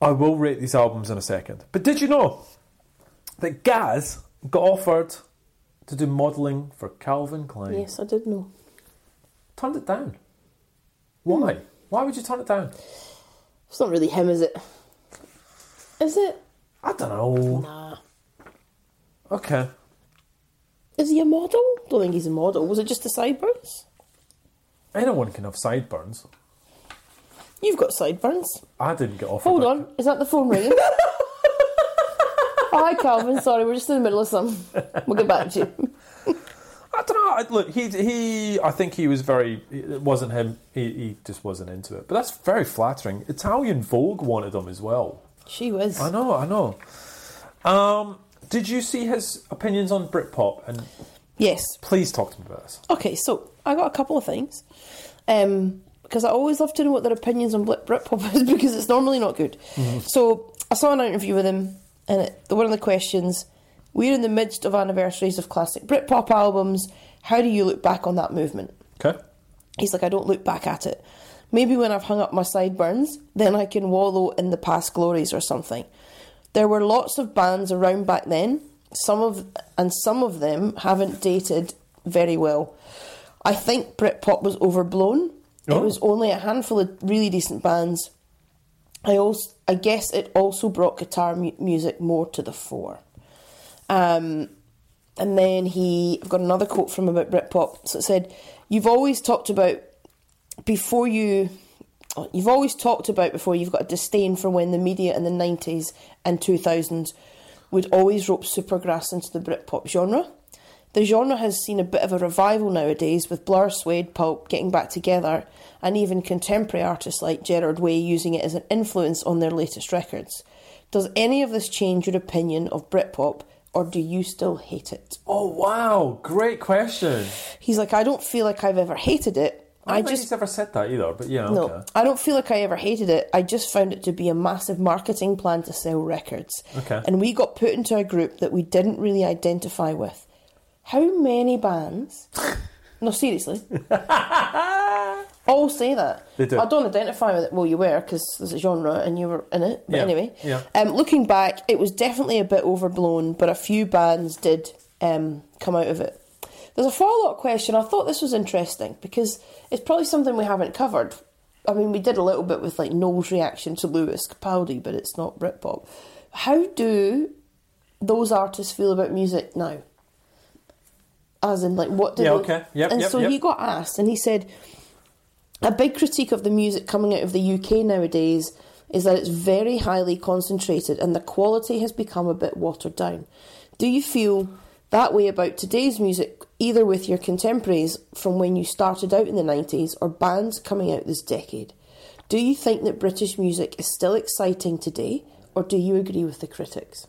I will rate these albums in a second. But did you know that Gaz got offered to do modelling for Calvin Klein?
Yes, I did know.
Turned it down. Why?
Hmm.
Why would you turn it down?
It's not really him, is it? Is it?
I don't know.
Nah.
Okay.
Is he a model? Don't think he's a model. Was it just the sideburns?
Anyone can have sideburns.
You've got sideburns.
I didn't get offered.
Hold
that.
on, is that the phone ringing? Hi, Calvin. Sorry, we're just in the middle of something. We'll get back to you.
I don't know. Look, he he. I think he was very. It wasn't him. He, he just wasn't into it. But that's very flattering. Italian Vogue wanted him as well.
She was.
I know. I know. Um, did you see his opinions on Britpop? And
Yes.
please talk to me about this.
Okay, so I got a couple of things. Um, because I always love to know what their opinions on Brit- Britpop is because it's normally not good. So I saw an interview with him, and it, the- one of the questions we're in the midst of anniversaries of classic Britpop albums. How do you look back on that movement?
Okay.
He's like, I don't look back at it. Maybe when I've hung up my sideburns, then I can wallow in the past glories or something. There were lots of bands around back then, some of and some of them haven't dated very well. I think Britpop was overblown.
Oh.
It was only a handful of really decent bands. I also, I guess, it also brought guitar mu- music more to the fore. And then he, I've got another quote from about Britpop. So it said, "You've always talked about before you, you've always talked about before you've got a disdain for when the media in the '90s and 2000s would always rope Supergrass into the Britpop genre. The genre has seen a bit of a revival nowadays, with Blur, Suede, Pulp getting back together, and even contemporary artists like Gerard Way using it as an influence on their latest records. Does any of this change your opinion of Britpop, or do you still hate it?"
Oh wow! Great question.
He's like, I don't feel like I've ever hated it.
I,
I,
don't think he's
just
never said that either. But yeah.
no,
Okay.
I don't feel like I ever hated it. I just found it to be a massive marketing plan to sell records.
Okay.
And we got put into a group that we didn't really identify with. How many bands? no, seriously. all say that.
They do.
I don't identify with it. Well, you were because there's a genre and you were in it. But
Yeah,
anyway,
yeah.
Um, looking back, it was definitely a bit overblown, but a few bands did um, come out of it. There's a follow up question. I thought this was interesting because it's probably something we haven't covered. I mean, we did a little bit with like Noel's reaction to Lewis Capaldi, but it's not Britpop. How do those artists feel about music now? as in like what did
Yeah,
they-
okay. Yep,
and
yep,
so
yep.
he got asked and he said a big critique of the music coming out of the UK nowadays is that it's very highly concentrated and the quality has become a bit watered down. Do you feel that way about today's music, either with your contemporaries from when you started out in the 90s or bands coming out this decade? Do you think that British music is still exciting today, or do you agree with the critics?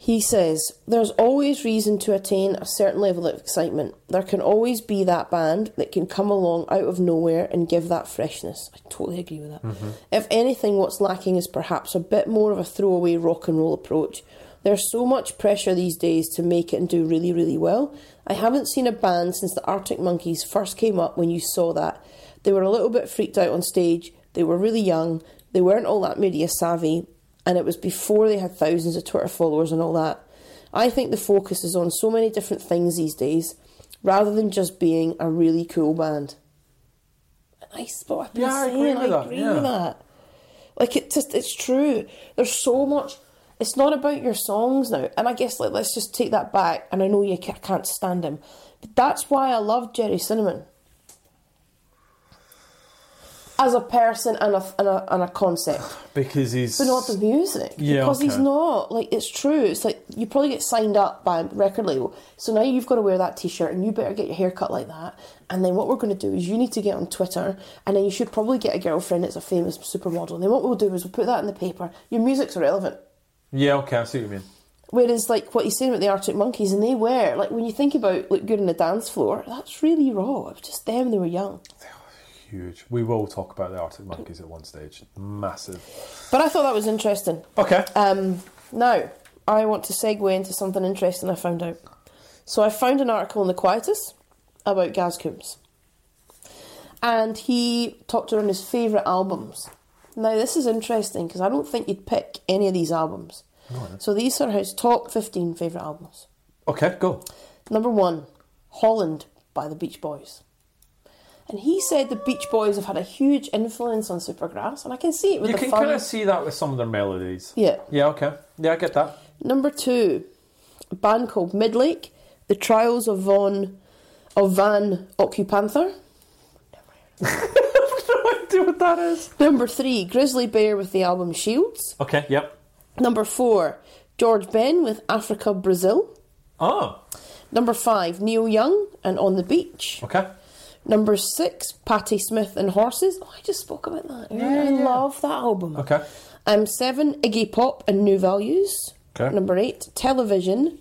He says, There's always reason to attain a certain level of excitement. There can always be that band that can come along out of nowhere and give that freshness. I totally agree with that. If anything, what's lacking is perhaps a bit more of a throwaway rock and roll approach. There's so much pressure these days to make it and do really, really well. I haven't seen a band since the Arctic Monkeys first came up when you saw that. They were a little bit freaked out on stage, they were really young, they weren't all that media savvy, and it was before they had thousands of Twitter followers and all that. I think the focus is on so many different things these days, rather than just being a really cool band. Nice, but I've been
Yeah, I
saying,
agree with that,
agree
yeah.
with that. Like it just, it's true. There's so much. It's not about your songs now, and I guess like let's just take that back. And I know you ca- can't stand him, but that's why I love Jerry Cinnamon as a person and a and a, and a concept.
because he's
But not the music.
Yeah,
because he's
okay.
not. Like, it's true. It's like you probably get signed up by a record label. So now you've got to wear that t shirt and you better get your hair cut like that. And then what we're going to do is you need to get on Twitter and then you should probably get a girlfriend that's a famous supermodel. And then what we'll do is we'll put that in the paper. Your music's irrelevant.
yeah. Okay, I see what you mean.
Whereas, like, what he's saying about the Arctic Monkeys, and they were, like, when you think about Look Good on the Dance Floor, that's really raw. It was just them, they were young.
Huge. We will talk about the Arctic Monkeys at one stage. Massive.
But I thought that was interesting.
Okay.
Um, now, I want to segue into something interesting I found out. So, I found an article in The Quietus about Gaz Coombs. And he talked around his favourite albums. Now, this is interesting because I don't think you'd pick any of these albums. So, these are his top 15 favourite albums.
okay. Go.
Number one, Holland by the Beach Boys. And he said the Beach Boys have had a huge influence on Supergrass, and I can see it with
You
the
can
fun.
kind of see that with some of their melodies.
Yeah.
Yeah. Okay. Yeah, I get that.
Number two, a band called Midlake, The Trials of Von of Van Occupanther.
no idea what that is.
Number three, Grizzly Bear with the album Shields.
Okay. Yep.
Number four, George Ben with Africa Brazil.
Oh.
Number five, Neil Young and On the Beach.
Okay.
Number six, Patti Smith and Horses. Oh, I just spoke about that.
Yeah,
I
yeah.
love that album.
Okay.
Um, seven, Iggy Pop and New Values.
Okay.
Number eight, Television,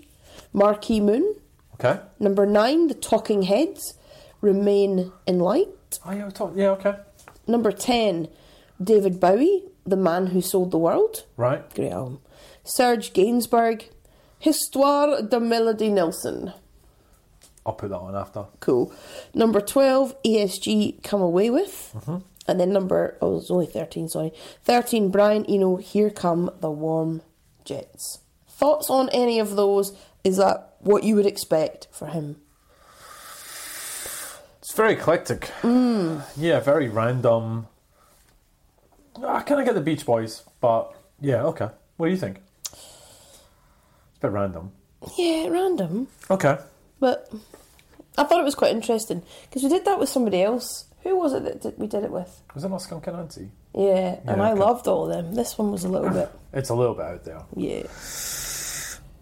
Marquee Moon.
Okay.
Number nine, The Talking Heads, Remain in Light.
Oh, yeah. we're talking- Yeah. Okay.
Number ten, David Bowie, The Man Who Sold the World.
Right.
Great album. Serge Gainsbourg, Histoire de Melody Nelson.
I'll put that on after.
Cool. Number 12, ESG Come Away With. And then number, oh, it's only 13, sorry. 13, Brian Eno, Here Come the Warm Jets. Thoughts on any of those? Is that what you would expect for him?
It's very eclectic.
Mm.
Yeah, very random. Ah, I kind of get the Beach Boys, but yeah, okay. What do you think? It's a bit random.
Yeah, random.
Okay.
But I thought it was quite interesting because we did that with somebody else. Who was it that did, we did it with?
Was it not Skunk and Nancy?
Yeah, and I
okay.
loved all of them. This one was a little bit,
It's a little bit out there.
yeah.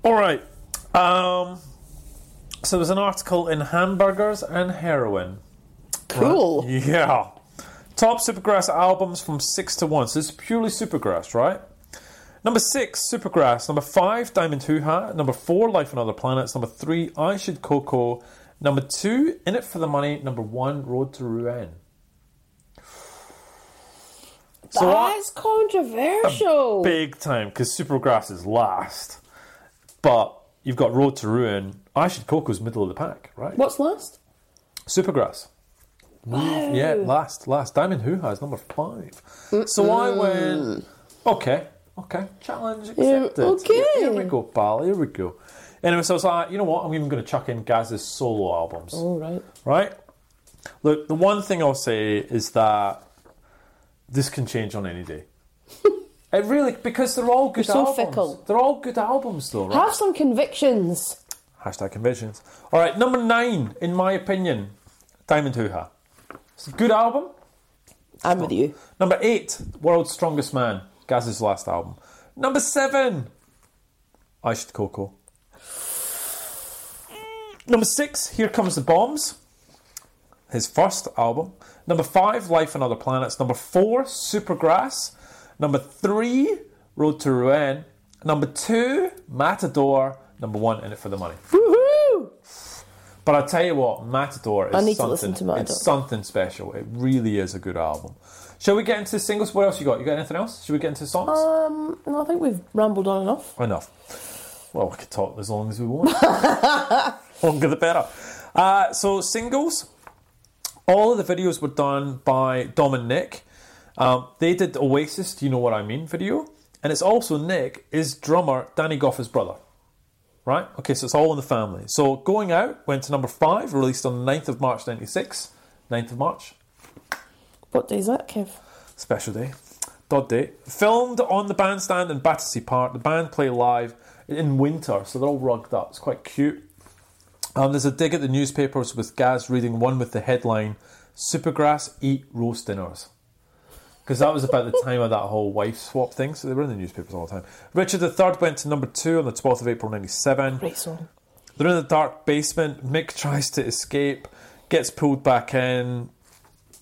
All right. Um, so there's an article in Hamburgers and Heroin.
Cool.
Yeah. Top Supergrass albums from six to one. So it's purely Supergrass, right? Number six, Supergrass. Number five, Diamond Who Hat. Number four, Life on Other Planets. Number three, I Should Coco. Number two, In It for the Money. Number one, Road to Rouen. So I-
That's controversial.
big time because Supergrass is last, but you've got Road to Ruin. I should Coco's middle of the pack, right?
What's last?
Supergrass.
Wow.
Yeah, last, last. Diamond Who Has number 5 So I went, okay, okay, challenge accepted.
okay.
Here, here we go, pal, here we go. Anyway, so I was like, you know what, I'm even going to chuck in Gaz's solo albums
All right.
right? Look, the one thing I'll say is that this can change on any day. it really because they're all good
You're so
albums.
fickle.
They're all good albums, though, right?
Have some convictions.
Hashtag conventions. All right, number nine, in my opinion, Diamond Hoo Ha. It's a good album.
I'm with you.
Number eight, World's Strongest Man, Gaz's last album. Number seven, Iced Cocoa. Number six, Here Comes the Bombs, his first album. Number five, Life on Other Planets. Number four, Supergrass. Number three, Road to Rouen. Number two, Matador. Number one, In It for the Money.
Woohoo!
But I tell you what, Matador is
I need to
something.
listen to Matador.
It's something special. It really is a good album. Shall we get into the singles? What else you got? You got anything else? Should we get into songs?
Um, no, I think we've rambled on enough.
Enough. Well, we could talk as long as we want. Longer the better. Uh, so singles. All of the videos were done by Dom and Nick. Um, they did the Oasis, Do You Know What I Mean video, and it's also Nick is drummer Danny Goffer's brother. Right? Okay, so it's all in the family. So Going Out went to number five, released on the 9th of March 96. 9th of March,
What day is that, Kev?
special day, Dodd Day. Filmed on the bandstand in Battersea Park. The band play live in winter, so they're all rugged up. It's quite cute. Um, there's a dig at the newspapers with Gaz reading one with the headline Supergrass Eat Roast Dinners. Because that was about the time of that whole wife swap thing, so they were in the newspapers all the time. Richard III went to number two on the 12th of April 97.
Great song.
They're in the dark basement. Mick tries to escape, gets pulled back in.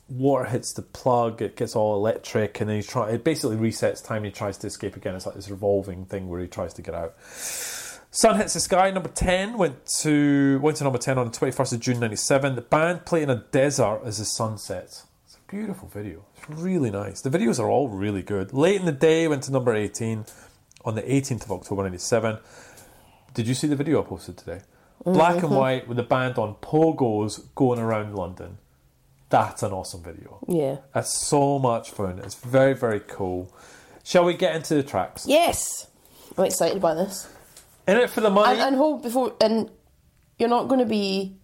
Water hits the plug. It gets all electric, and then he try. It basically resets time. And he tries to escape again. It's like this revolving thing where he tries to get out. Sun hits the sky. Number ten went to went to number ten on the twenty first of June ninety seven. The band play in a desert as the sun sets. It's a beautiful video. It's really nice. The videos are all really good. Late in the day went to number eighteen on the eighteenth of October ninety seven. Did you see the video I posted today? Black and white with the band on pogos going around London. That's an awesome video.
Yeah.
That's so much fun. It's very, very cool. Shall we get into the tracks?
Yes! I'm excited by this.
In it for the money.
And, and hold before, and you're not going to be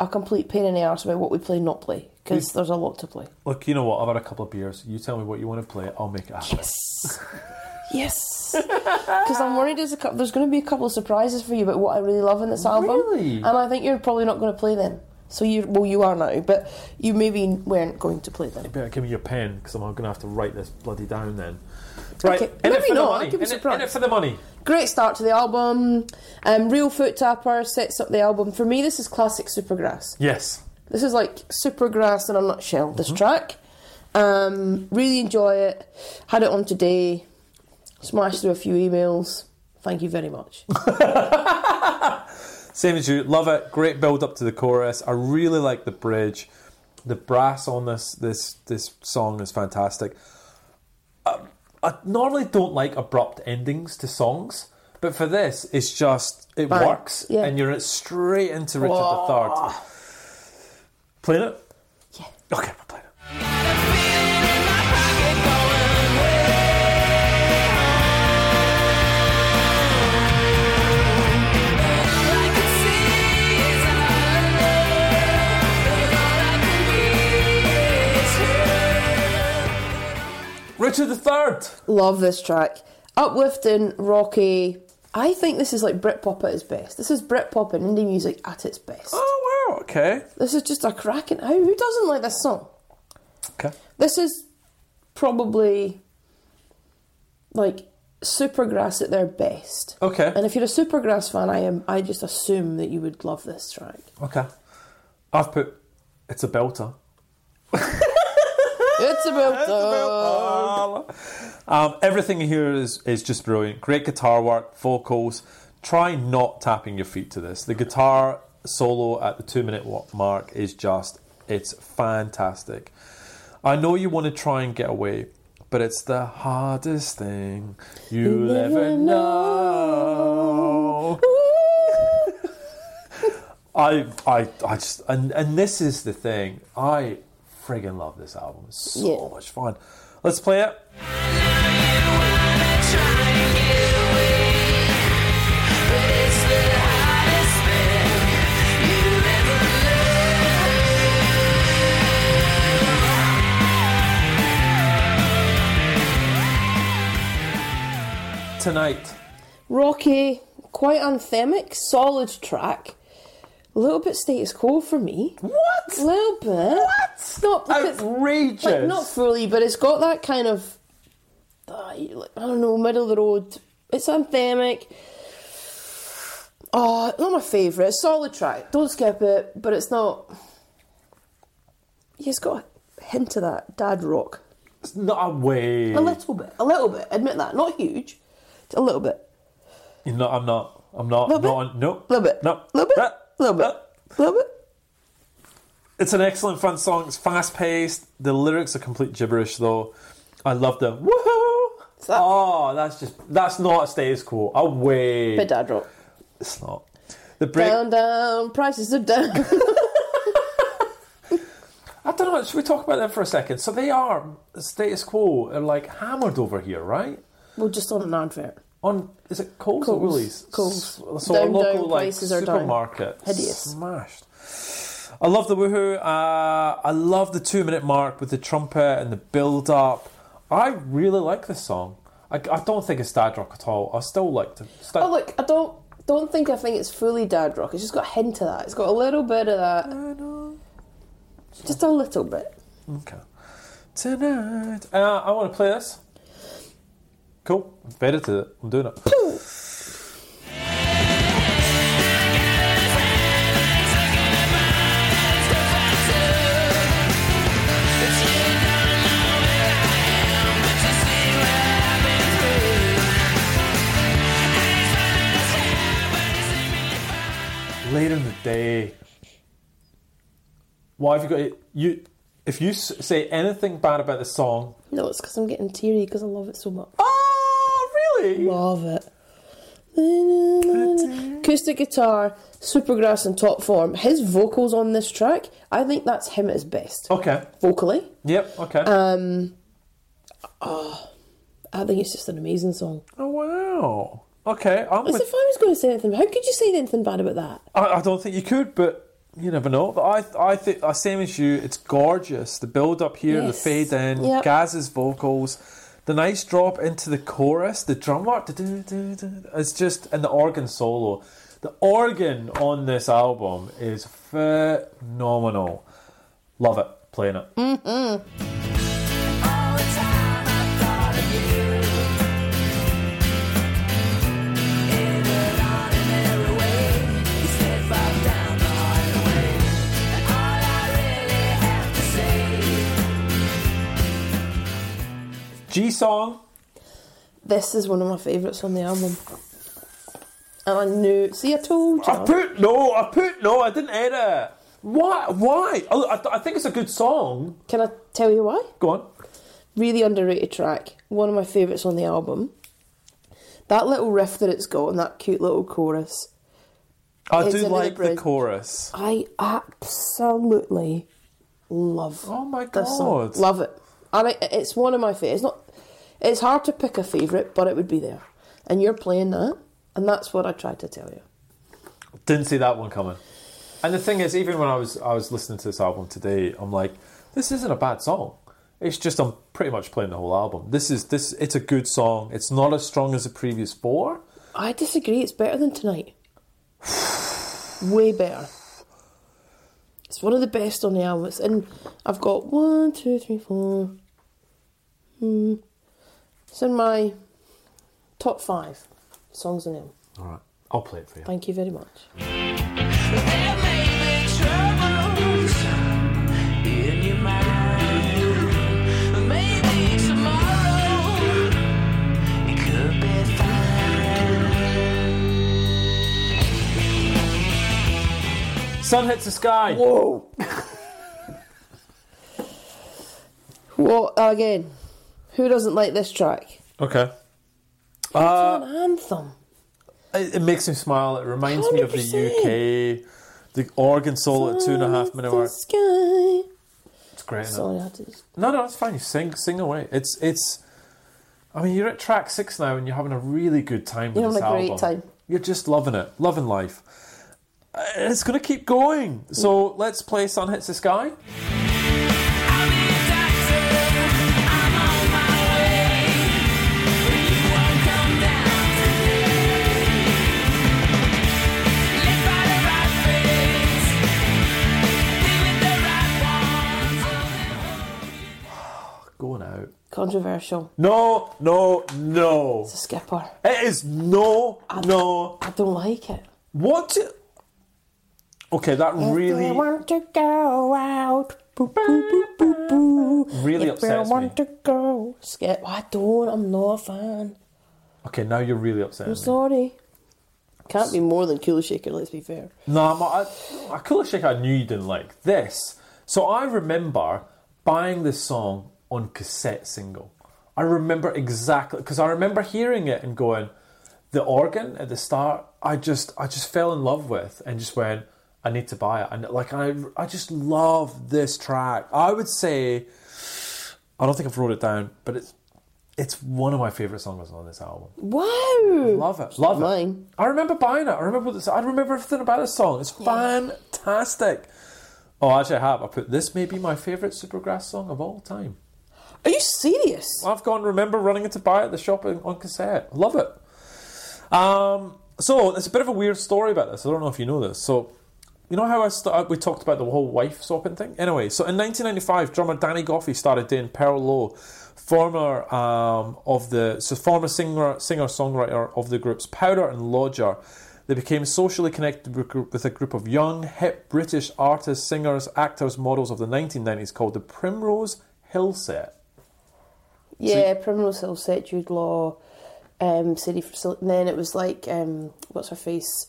a complete pain in the arse about what we play, not play, because there's a lot to play.
Look, you know what? I've had a couple of beers. You tell me what you want to play. I'll make it happen.
Yes. yes. Because I'm worried there's, a cou- there's going to be a couple of surprises for you about what I really love in this album.
Really?
And I think you're probably not going to play them. So you, well, you are now, but you maybe weren't going to play them.
Better give me your pen because I'm going to have to write this bloody down then. Right.
Okay,
In
maybe
it for
not.
the
I
money.
could be
in, it, in
surprised.
it for the money.
Great start to the album. Um, Real Foot Tapper sets up the album. For me, this is classic Supergrass.
Yes.
This is like Supergrass in a nutshell, this track. Um, really enjoy it. Had it on today. Smashed through a few emails. Thank you very much.
Same as you. Love it. Great build up to the chorus. I really like the bridge. The brass on this this this song is fantastic. Um, I, I normally don't like abrupt endings to songs, but for this, it's just it
Bang.
works,
Yeah.
and you're straight into Richard the
Whoa.
Third. Playing it?
Yeah.
Okay, we're playing it. Richard the Third.
Love this track. Uplifting, rocky. I think this is like Britpop at its best. This is Britpop and indie music at its best.
Oh wow. Okay.
This is just a cracking. How who doesn't like this song?
Okay.
This is probably like Supergrass at their best.
Okay.
And if you're a Supergrass fan, I am. I just assume that you would love this track.
Okay. I've put it's a belter.
It's about the
Um, everything here is, is just brilliant. Great guitar work, vocals. Try not tapping your feet to this. The guitar solo at the two minute wa- mark is just, it's fantastic. I know you want to try and get away, but it's the hardest thing you'll ever know. I, I, I just, and, and this is the thing. I friggin' love this album. It's so
Yeah.
much fun. Let's play it. Tonight.
rocky, quite anthemic, solid track. A little bit status quo for me.
What?
A little bit. What? It's not like it's-
Outrageous.
like, not fully, but it's got that kind of uh, like, I don't know, middle of the road. It's anthemic. Oh, not my favourite. Solid track. Don't skip it, but it's not. Yeah, it's got a hint of that dad rock.
It's not a way.
A little bit. A little bit. Admit that. Not huge. Just a little bit.
You're not, I'm not. I'm not.
Little
not
bit?
on, no.
A little bit.
No.
A little bit.
Ah,
A little bit.
ah.
A little bit.
It's an excellent fun song. It's fast paced. The lyrics are complete gibberish though. I love the woohoo.
that-
Oh, that's just that's not a status quo. Away.
Bit dad rock.
It's not. The break.
Down, down. Prices are down.
I don't know. Should we talk about that for a second? So they are status quo. They're like hammered over here, right?
well, just on an advert.
On is it Coles, or
Coles.
Woolies?
Coles.
S- So
Down,
a local
down
like
places are down.
supermarket.
Hideous.
Smashed. I love the woohoo. Uh, I love the two minute mark with the trumpet and the build up. I really like this song. I, I don't think it's dad rock at all. I still like to. St-
Oh look, I don't don't think I think it's fully dad rock. It's just got a hint of that. It's got a little bit of that. Just a little bit.
Okay. Tonight. Uh, I want to play this. Cool. I've edited it. I'm doing it. Later in the day, why have you got it? You, if you s- say anything bad about the song,
No, it's because I'm getting teary because I love it so much.
oh really?
Love it. Acoustic guitar, Supergrass in top form. His vocals on this track, I think that's him at his best.
Okay.
Vocally, um,
Yep. Okay.
Uh, ah, I think it's just an amazing song.
oh wow. Okay. I'm
As
with,
if I was going to say anything, how could you say anything bad about that?
I, I don't think you could, but you never know. But I I think I same as you. It's gorgeous. The build up here,
Yes.
the fade in,
Yep.
Gaz's vocals. The nice drop into the chorus, the drum work, du-du-du-du-du, it's just, and the organ solo. The organ on this album is phenomenal. Love it, playing it.
All the time I thought of you in an ordinary way. You slid right down the highway, and all I really have to say.
G song,
This is one of my favourites on the album. And I knew. See, I told you.
I put no. I put no. I didn't edit. Why? Why? Oh, I, I think it's a good song.
Can I tell you why?
Go on.
Really underrated track. One of my favourites on the album. That little riff that it's got and that cute little chorus.
I
It's
do
another
like the
bridge.
chorus.
I absolutely love.
Oh my
this song.
God.
Love it. And I, it's one of my favourites. It's not. It's hard to pick a favourite, but it would be there. And you're playing that, and that's what I tried to tell you.
Didn't see that one coming. And the thing is, even when I was I was listening to this album today, I'm like, this isn't a bad song. It's just I'm pretty much playing the whole album. This is this. It's a good song. It's not as strong as the previous four.
I disagree. It's better than tonight. Way better. It's one of the best on the album. It's in. I've got one, two, three, four. Hmm. It's in my top five songs on the album.
All right, I'll play it for you.
Thank you very much.
There may be troubles in your mind. Maybe tomorrow it could be fine.
Sun hits the sky.
Whoa. what again? Who doesn't like this track?
Okay. Uh,
it's an anthem.
It, it makes me smile. It reminds me of the
100%.
UK, the organ solo at two and a half minute
The
mark.
sky.
It's great. isn't it?
Sorry, I had to just
No, no, it's fine. You sing, sing away. It's, it's. I mean, you're at track six now, and you're having a really good time.
You're
with this
having a great
album.
time.
You're just loving it, loving life. Uh, It's gonna keep going.
Mm.
So let's play "Sun Hits the Sky."
I'm your doctor, I'm on my way. You won't come down today.
Controversial.
No, no, no.
The skipper.
It is no,
Ah.
no.
I don't like it.
What? do- Okay, that
If you
really,
want to go out. Boo, boo, boo, boo, boo.
really
if you
upsets me.
want to go. Skip. I don't. I'm not a fan.
Okay, now you're really upsetting
I'm
me.
sorry. Can't be more than Cool Shaker, let's be fair.
No, I'm not, I, I could shake. I knew you didn't like this. So I remember buying this song on cassette single. I remember exactly because I remember hearing it and going, the organ at the start. I just I just fell in love with and just went. I need to buy it and like I I just love this track. I would say I don't think I've wrote it down, but it's it's one of my favorite songs on this album.
Wow!
Love it. Love it.
mine.
I remember buying it. I remember this. I remember everything about this song. It's fantastic. Oh, actually, I have. I put this may be my favourite Supergrass song of all time.
Are you serious?
I've gone. Remember running into buy at the shop on on cassette. Love it. Um, so it's a bit of a weird story about this. I don't know if you know this. So you know how I st- uh, we talked about the whole wife swapping thing. Anyway, so in 1995, drummer Danny Goffey started doing Pearl Low, former um, of the so former singer singer songwriter of the groups Powder and Lodger. They became socially connected with a group- with a group of young, hip British artists, singers, actors, models of the 1990s called the Primrose Hill Set.
Yeah, Primrose Hill set Jude Law, um, City for Sil- and then it was like um, what's her face,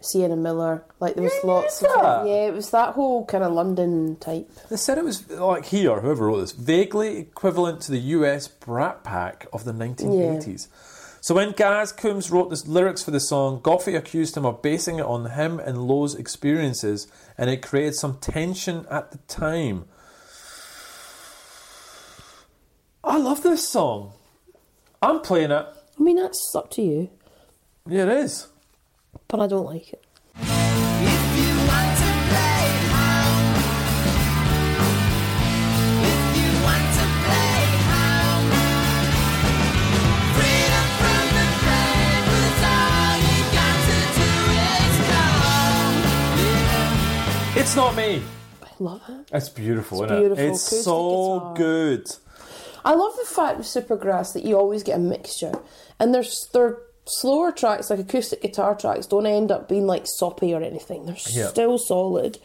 Sienna Miller. Like there was
Yeah,
lots
yeah.
of yeah, it was that whole kind of London type.
They said it was like here, whoever wrote this, vaguely equivalent to the US Brat Pack of the 1980s. So when Gaz Coombs wrote the lyrics for the song, Goffey accused him of basing it on him and Lowe's experiences, and it created some tension at the time. I love this song. I'm playing it.
I mean, that's up to you,
Yeah, it is.
but I don't like it.
It's not me.
I love it.
It's beautiful,
It's
isn't
beautiful.
it? It's
Acoustic
so
guitar.
good.
I love the fact with Supergrass that you always get a mixture, and there's their slower tracks like acoustic guitar tracks don't end up being like soppy or anything. They're
Yeah.
still solid,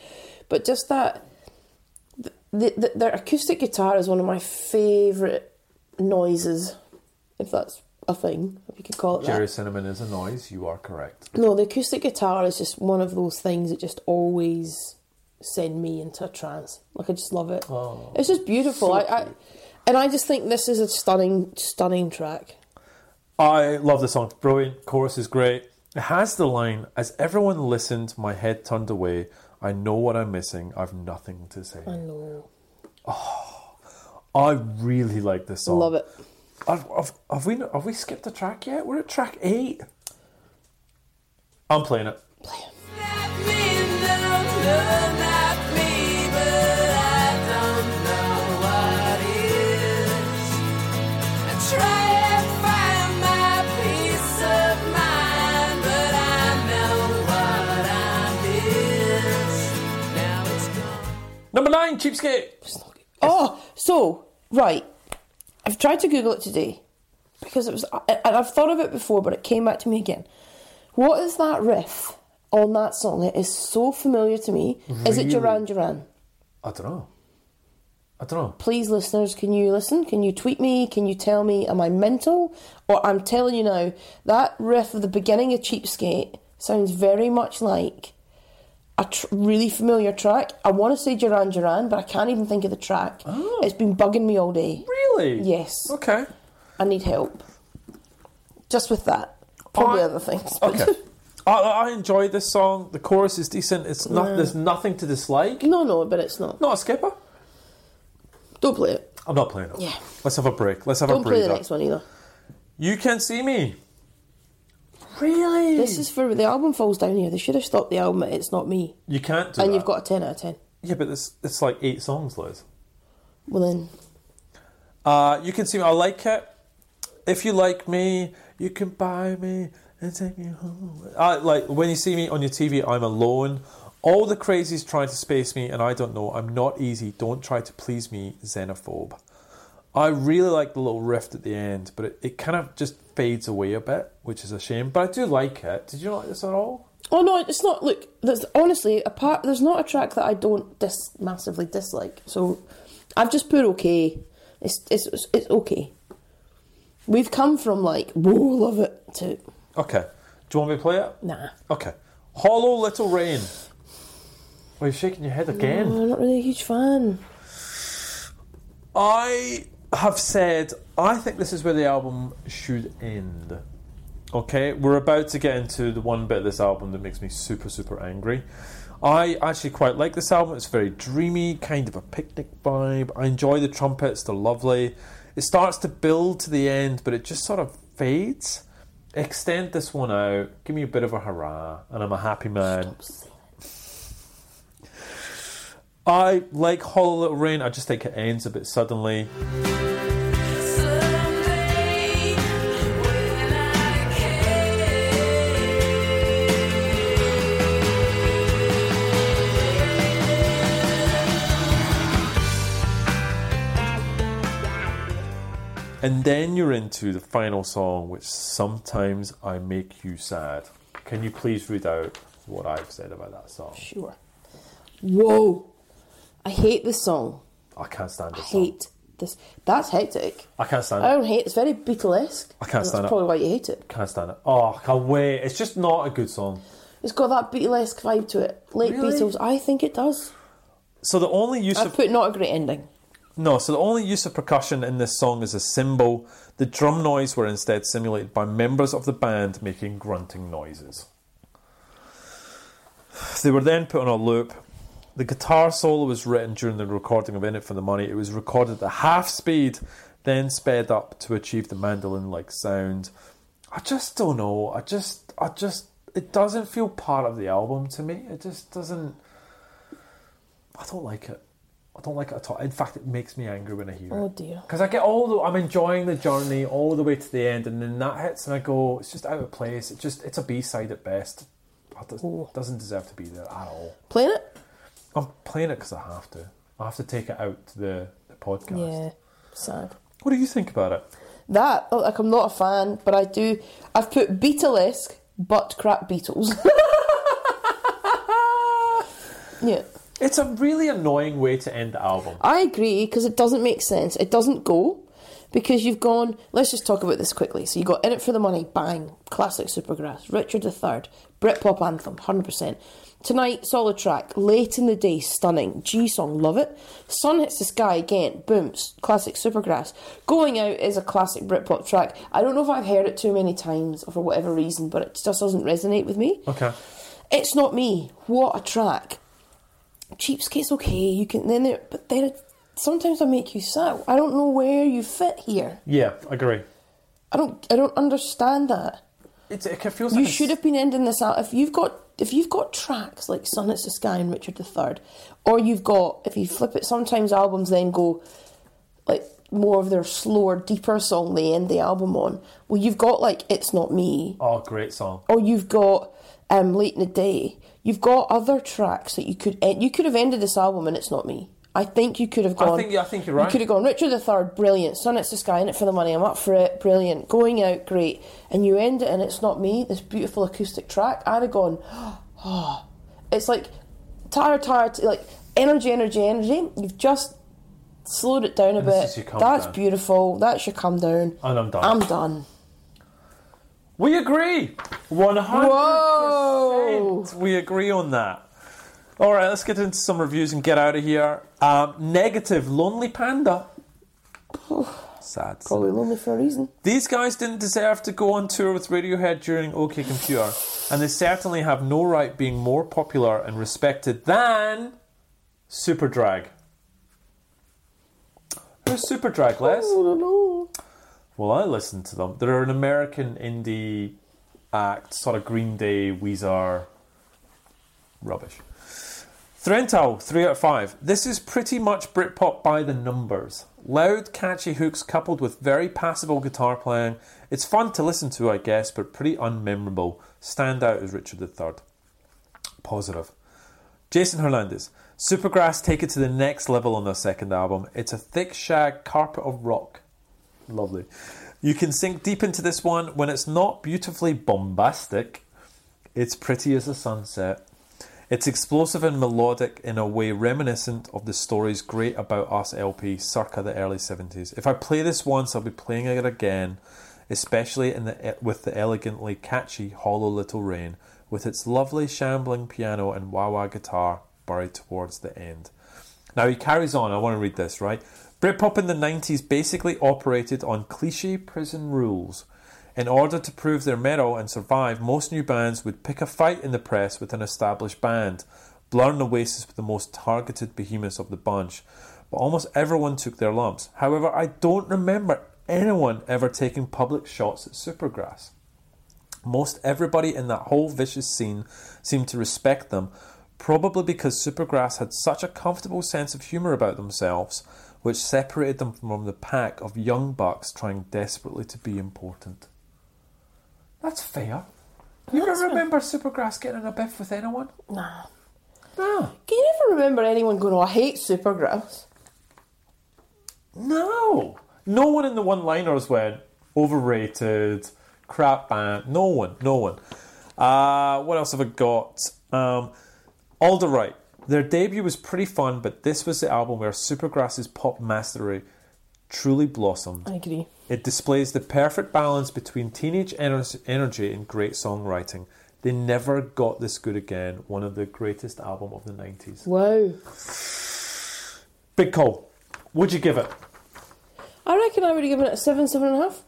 but just that the, the, their acoustic guitar is one of my favourite noises, if that's a thing, if you could call it
Jerry
that.
Cinnamon is a noise. You are correct.
No, the acoustic guitar is just one of those things that just always send me into a trance. Like I just love it.
Oh,
it's just beautiful.
so
I, I and I just think this is a stunning, stunning track.
I love the song. Brilliant. Chorus is great. It has the line As everyone listened, my head turned away. I know what I'm missing. I've nothing to say.
I know,
I really like this song.
love it.
I've, I've, have, we, have we skipped a track yet? We're at track eight. I'm playing it.
Try and find my peace of mind, but I know what I missed. Now it's gone.
Number nine, Cheapskate.
It's not good. Oh, so right. I've tried to Google it today because it was, and I've thought of it before, but it came back to me again. What is that riff on that song? It is so familiar to me. Is it Duran Duran?
I don't know. I don't know.
please listeners can you listen can you tweet me can you tell me am i mental or i'm telling you now that riff of the beginning of cheapskate sounds very much like a tr- really familiar track i want to say duran duran but i can't even think of the track
Oh.
it's been bugging me all day
Really?
Yes.
Okay.
i need help just with that probably
Oh, I-
other things but
Okay. I, I enjoy this song. The chorus is decent. It's not. There's nothing to dislike.
no no but it's not
Not a skipper.
don't play it
I'm not playing it.
Yeah.
Let's have a break. Let's have
don't
a
play
breather.
the next one either
You can see me. Really?
this is for the album falls down here they should have stopped the album at it's not me
you can't do
and
that.
you've got a 10 out of 10
yeah, but it's it's like eight songs, Liz.
well then
Uh, you can see me. I like it. If you like me, you can buy me and take me home. I, like when you see me on your TV, I'm alone. All the crazies trying to space me, and I don't know. I'm not easy. Don't try to please me, xenophobe. I really like the little rift at the end, but it, it kind of just fades away a bit, which is a shame. But I do like it. Did you not like this at all?
Oh no, it's not. Look, there's honestly apart. There's not a track that I don't dis massively dislike. So I've just put okay. It's it's it's- it's okay. We've come from like whoa, love it to
Okay. Do you want me to play it?
nah.
Okay. Hollow Little Rain. Well, you're shaking your head again.
Oh, I'm not really a huge fan.
I have said I think this is where the album should end. Okay, we're about to get into the one bit of this album that makes me super, super angry. I actually quite like this album. It's very dreamy, kind of a picnic vibe. I enjoy the trumpets, they're lovely. It starts to build to the end, but it just sort of fades. Extend this one out, give me a bit of a hurrah, and I'm a happy man. I like Hollow Little Rain, I just think it ends a bit suddenly.
Someday, when I came.
And then you're into the final song, which sometimes I make you sad. Can you please read out what I've said about that song?
Sure. Whoa, I hate this song.
I can't stand
I
this song.
hate Oh. this. That's hectic.
I can't stand
I
it.
don't hate. It's very Beatlesque.
I can't
and
stand
That's
it.
probably why you hate it.
Can't stand it. Oh, I can't wait. It's just not a good song.
It's got that Beatlesque vibe to it. Late
Really?
Beatles. I think it does.
So the only use
I've
of
put not a great ending.
no, so the only use of percussion in this song is a cymbal. The drum noise were instead simulated by members of the band making grunting noises. They were then put on a loop. The guitar solo was written during the recording of In It for the Money. It was recorded at half speed, then sped up to achieve the mandolin like sound. I just don't know. I just, I just, it doesn't feel part of the album to me. It just doesn't. I don't like it. I don't like it at all. In fact, it makes me angry when I hear it.
Oh dear.
Because I get all the, I'm enjoying the journey all the way to the end, and then that hits, and I go, it's just out of place. It just, it's a B side at best. It does,
Ooh.
doesn't deserve to be there at all.
Playing it.
I'm playing it because I have to. I have to take it out to the, the podcast.
Yeah, sad.
What do you think about it?
That oh, like I'm not a fan, but I do. I've put Beatlesque, but crap Beatles. yeah,
It's a really annoying way to end the album.
I agree because it doesn't make sense. It doesn't go because you've gone. Let's just talk about this quickly. So you got in it for the money. Bang, classic Supergrass. Richard III, Britpop anthem, hundred percent. Tonight, solid track. Late in the day, stunning. G song, love it. Sun hits the sky again. Boom, s- classic Supergrass. Going out is a classic Britpop track. I don't know if I've heard it too many times or for whatever reason, but it just doesn't resonate with me.
Okay.
It's not me. What a track. Cheapskate's okay. You can then, it, but then it, sometimes I make you sad. I don't know where you fit here.
Yeah, I agree.
I don't. I don't understand that.
It's, it feels
You
like a s-
should have been ending this out. If you've got if you've got tracks like Sun It's the Sky and Richard III, or you've got if you flip it, sometimes albums then go like more of their slower, deeper song they end the album on. Well, you've got like It's Not Me,
Oh, great song.
or you've got um, late in the day. You've got other tracks that you could end. You could have ended this album, and it's not me. I think you could have
I
gone.
think- I think you're right.
You could have gone Richard III, brilliant. Sun it's the sky, in it for the money. I'm up for it, brilliant. Going out, great. And you end it, and it's not me. This beautiful acoustic track. I'd have gone. "Ah." it's like tired, tired, like energy, energy, energy. You've just slowed it down a
this
bit.
is your calm
That's
down.
beautiful. That's your come down.
And I'm done.
I'm done.
We agree. 100%.
Whoa.
We agree on that. All right, let's get into some reviews and get out of here. Um, negative Lonely Panda. Sad.
Probably lonely for a reason.
These guys didn't deserve to go on tour with Radiohead during OK Computer, and they certainly have no right being more popular and respected than Superdrag. Who's Superdrag, Les?
I don't know.
Well, I listen to them. They're an American indie act, sort of Green Day, Weezer, rubbish. Threntel, 3 out of 5. This is pretty much Britpop by the numbers. Loud, catchy hooks coupled with very passable guitar playing. It's fun to listen to, I guess, but pretty unmemorable. Standout is Richard III. Positive. Jason Hernandez. Supergrass take it to the next level on their second album. It's a thick shag carpet of rock. Lovely. You can sink deep into this one when it's not beautifully bombastic. It's pretty as a sunset. It's explosive and melodic in a way reminiscent of the stories Great About Us LP circa the early 70s. If I play this once, I'll be playing it again, especially in the, e, with the elegantly catchy Hollow Little Rain, with its lovely shambling piano and wah wah guitar buried towards the end. Now he carries on, I want to read this, right? Britpop in the 90s basically operated on cliche prison rules. In order to prove their metal and survive, most new bands would pick a fight in the press with an established band. Blur and Oasis were the most targeted behemoths of the bunch, but almost everyone took their lumps. However, I don't remember anyone ever taking public shots at Supergrass. Most everybody in that whole vicious scene seemed to respect them, probably because Supergrass had such a comfortable sense of humour about themselves, which separated them from the pack of young bucks trying desperately to be important. That's fair. You don't remember Supergrass getting in a biff with anyone?
Nah.
No.
Can you ever remember anyone going, oh, I hate Supergrass?
No. No one in the one liners went overrated, crap band. No one, no one. Uh, what else have I got? Um, Alderite. Their debut was pretty fun, but this was the album where Supergrass's pop mastery truly blossomed.
I agree.
It displays the perfect balance between teenage ener- energy and great songwriting. They never got this good again. One of the greatest album of the 90s.
Wow.
Big Cole, would you give it?
I reckon I would have given it a seven, seven and a half.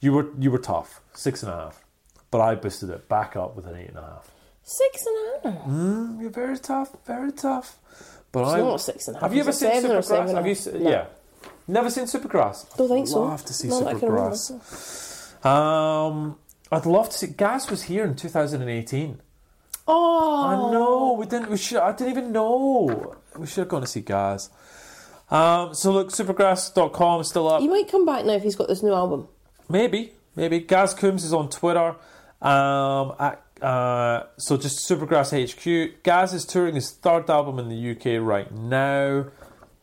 You were you were tough, six and a half, but I boosted it back up with an eight and a half.
Six and a half.
You're very tough, very tough. But I
not a six and a half,
Have you ever
it's a
seen
seven or
Supergrass?
seven and a
have you
half.
se-
No.
yeah, never seen Supergrass.
Don't think so.
Love to see
Not that I can remember.
Supergrass. Um, I'd love to see. Gas was here in 2018.
Oh.
I know we didn't. We should. I didn't even know. We should have gone to see Gas. Um, so look, supergrass.com still up.
He might come back now if he's got this new album.
Maybe, maybe. Gaz Coombs is on Twitter. Um, at, uh, so just Supergrass HQ. Gaz is touring his third album in the UK right now.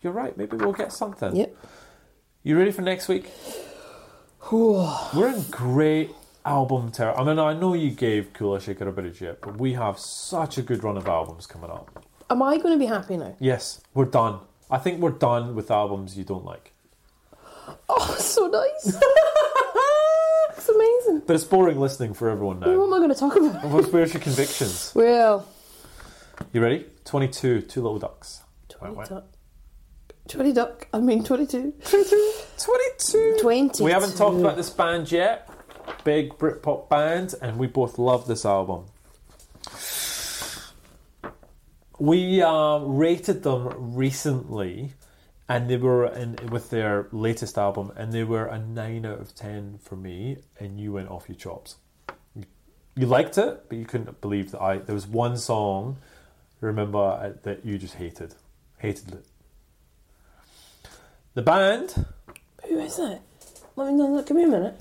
You're right. Maybe we'll get something.
Yep.
You ready for next week? We're in great album terror. I mean, I know you gave Cool a Shaker a bit of shit, but we have such a good run of albums coming up.
Am I going to be happy now?
Yes, we're done. I think we're done with albums you don't like.
Oh, so nice. it's amazing.
But it's boring listening for everyone
What
now.
am I going to talk about?
Where's your convictions?
Well,
You ready? 22, Two Little Ducks.
20
Wait, wait.
duck. 20 duck. I mean, 22.
22!
20.
We haven't talked about this band yet. Big Britpop band, and we both love this album. We uh, rated them recently, and they were in with their latest album, and they were a 9 out of 10 for me, and you went off your chops. You liked it, but you couldn't believe that I. There was one song, remember, uh, that you just hated. Hated it. The band
Who is it? Let me look. Give me a minute.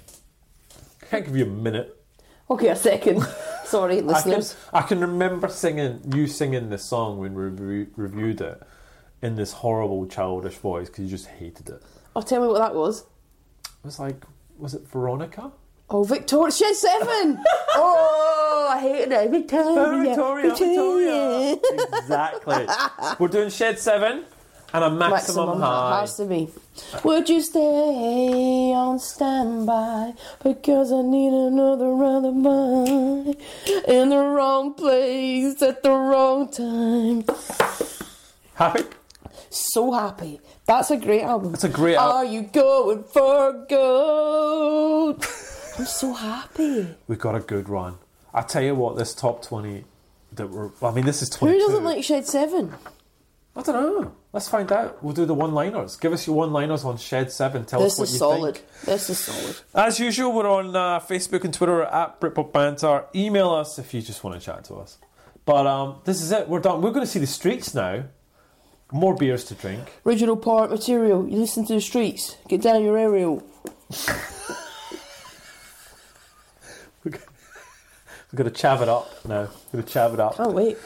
can't give you a minute.
Okay, a second. Sorry,
I can,
listeners.
I can remember singing you singing this song when we re- reviewed it in this horrible childish voice because you just hated it.
Oh, tell me what that was.
It was like, was it Veronica?
Oh, Victoria. She's seven. oh, I hate it. Victoria.
Victoria, Victoria. exactly. We're doing Shed Seven and a maximum,
Maximum
high.
has to be. Would you stay on standby? Because I need another round of mine in the wrong place at the wrong time.
Happy?
So happy. That's a great album.
It's a great al-
Are you going for gold? I'm so happy.
We got a good run. I tell you what, this top twenty that we're. I mean, this is twenty.
Who doesn't like Shed Seven?
I don't know. Let's find out. We'll do the one-liners. Give us your one-liners on Shed Seven. Tell us
This
what
is
you
solid.
think.
This is solid.
As usual, we're on uh, Facebook and Twitter at Britpop Banter. Email us if you just want to chat to us. But um, this is it. We're done. We're going to see the streets now. More beers to drink.
Original part material. You listen to the streets. Get down your aerial.
We're going to chav it up now. We're going to chav it up.
Can't wait.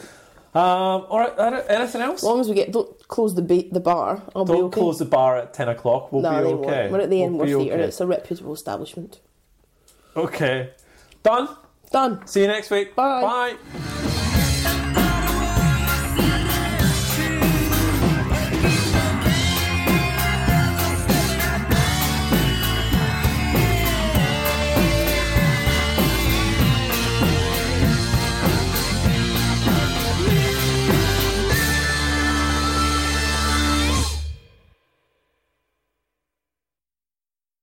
Um, all right, uh, anything else?
As long as we get don't close the ba- the bar, I'll
Don't
be okay.
close the bar at 10 o'clock. We'll
no,
be
they
okay.
won't. We're at the
We'll
end. We're
be
theatre.
okay.
It's a reputable establishment.
Okay. Done.
Done.
See you next week.
Bye.
Bye.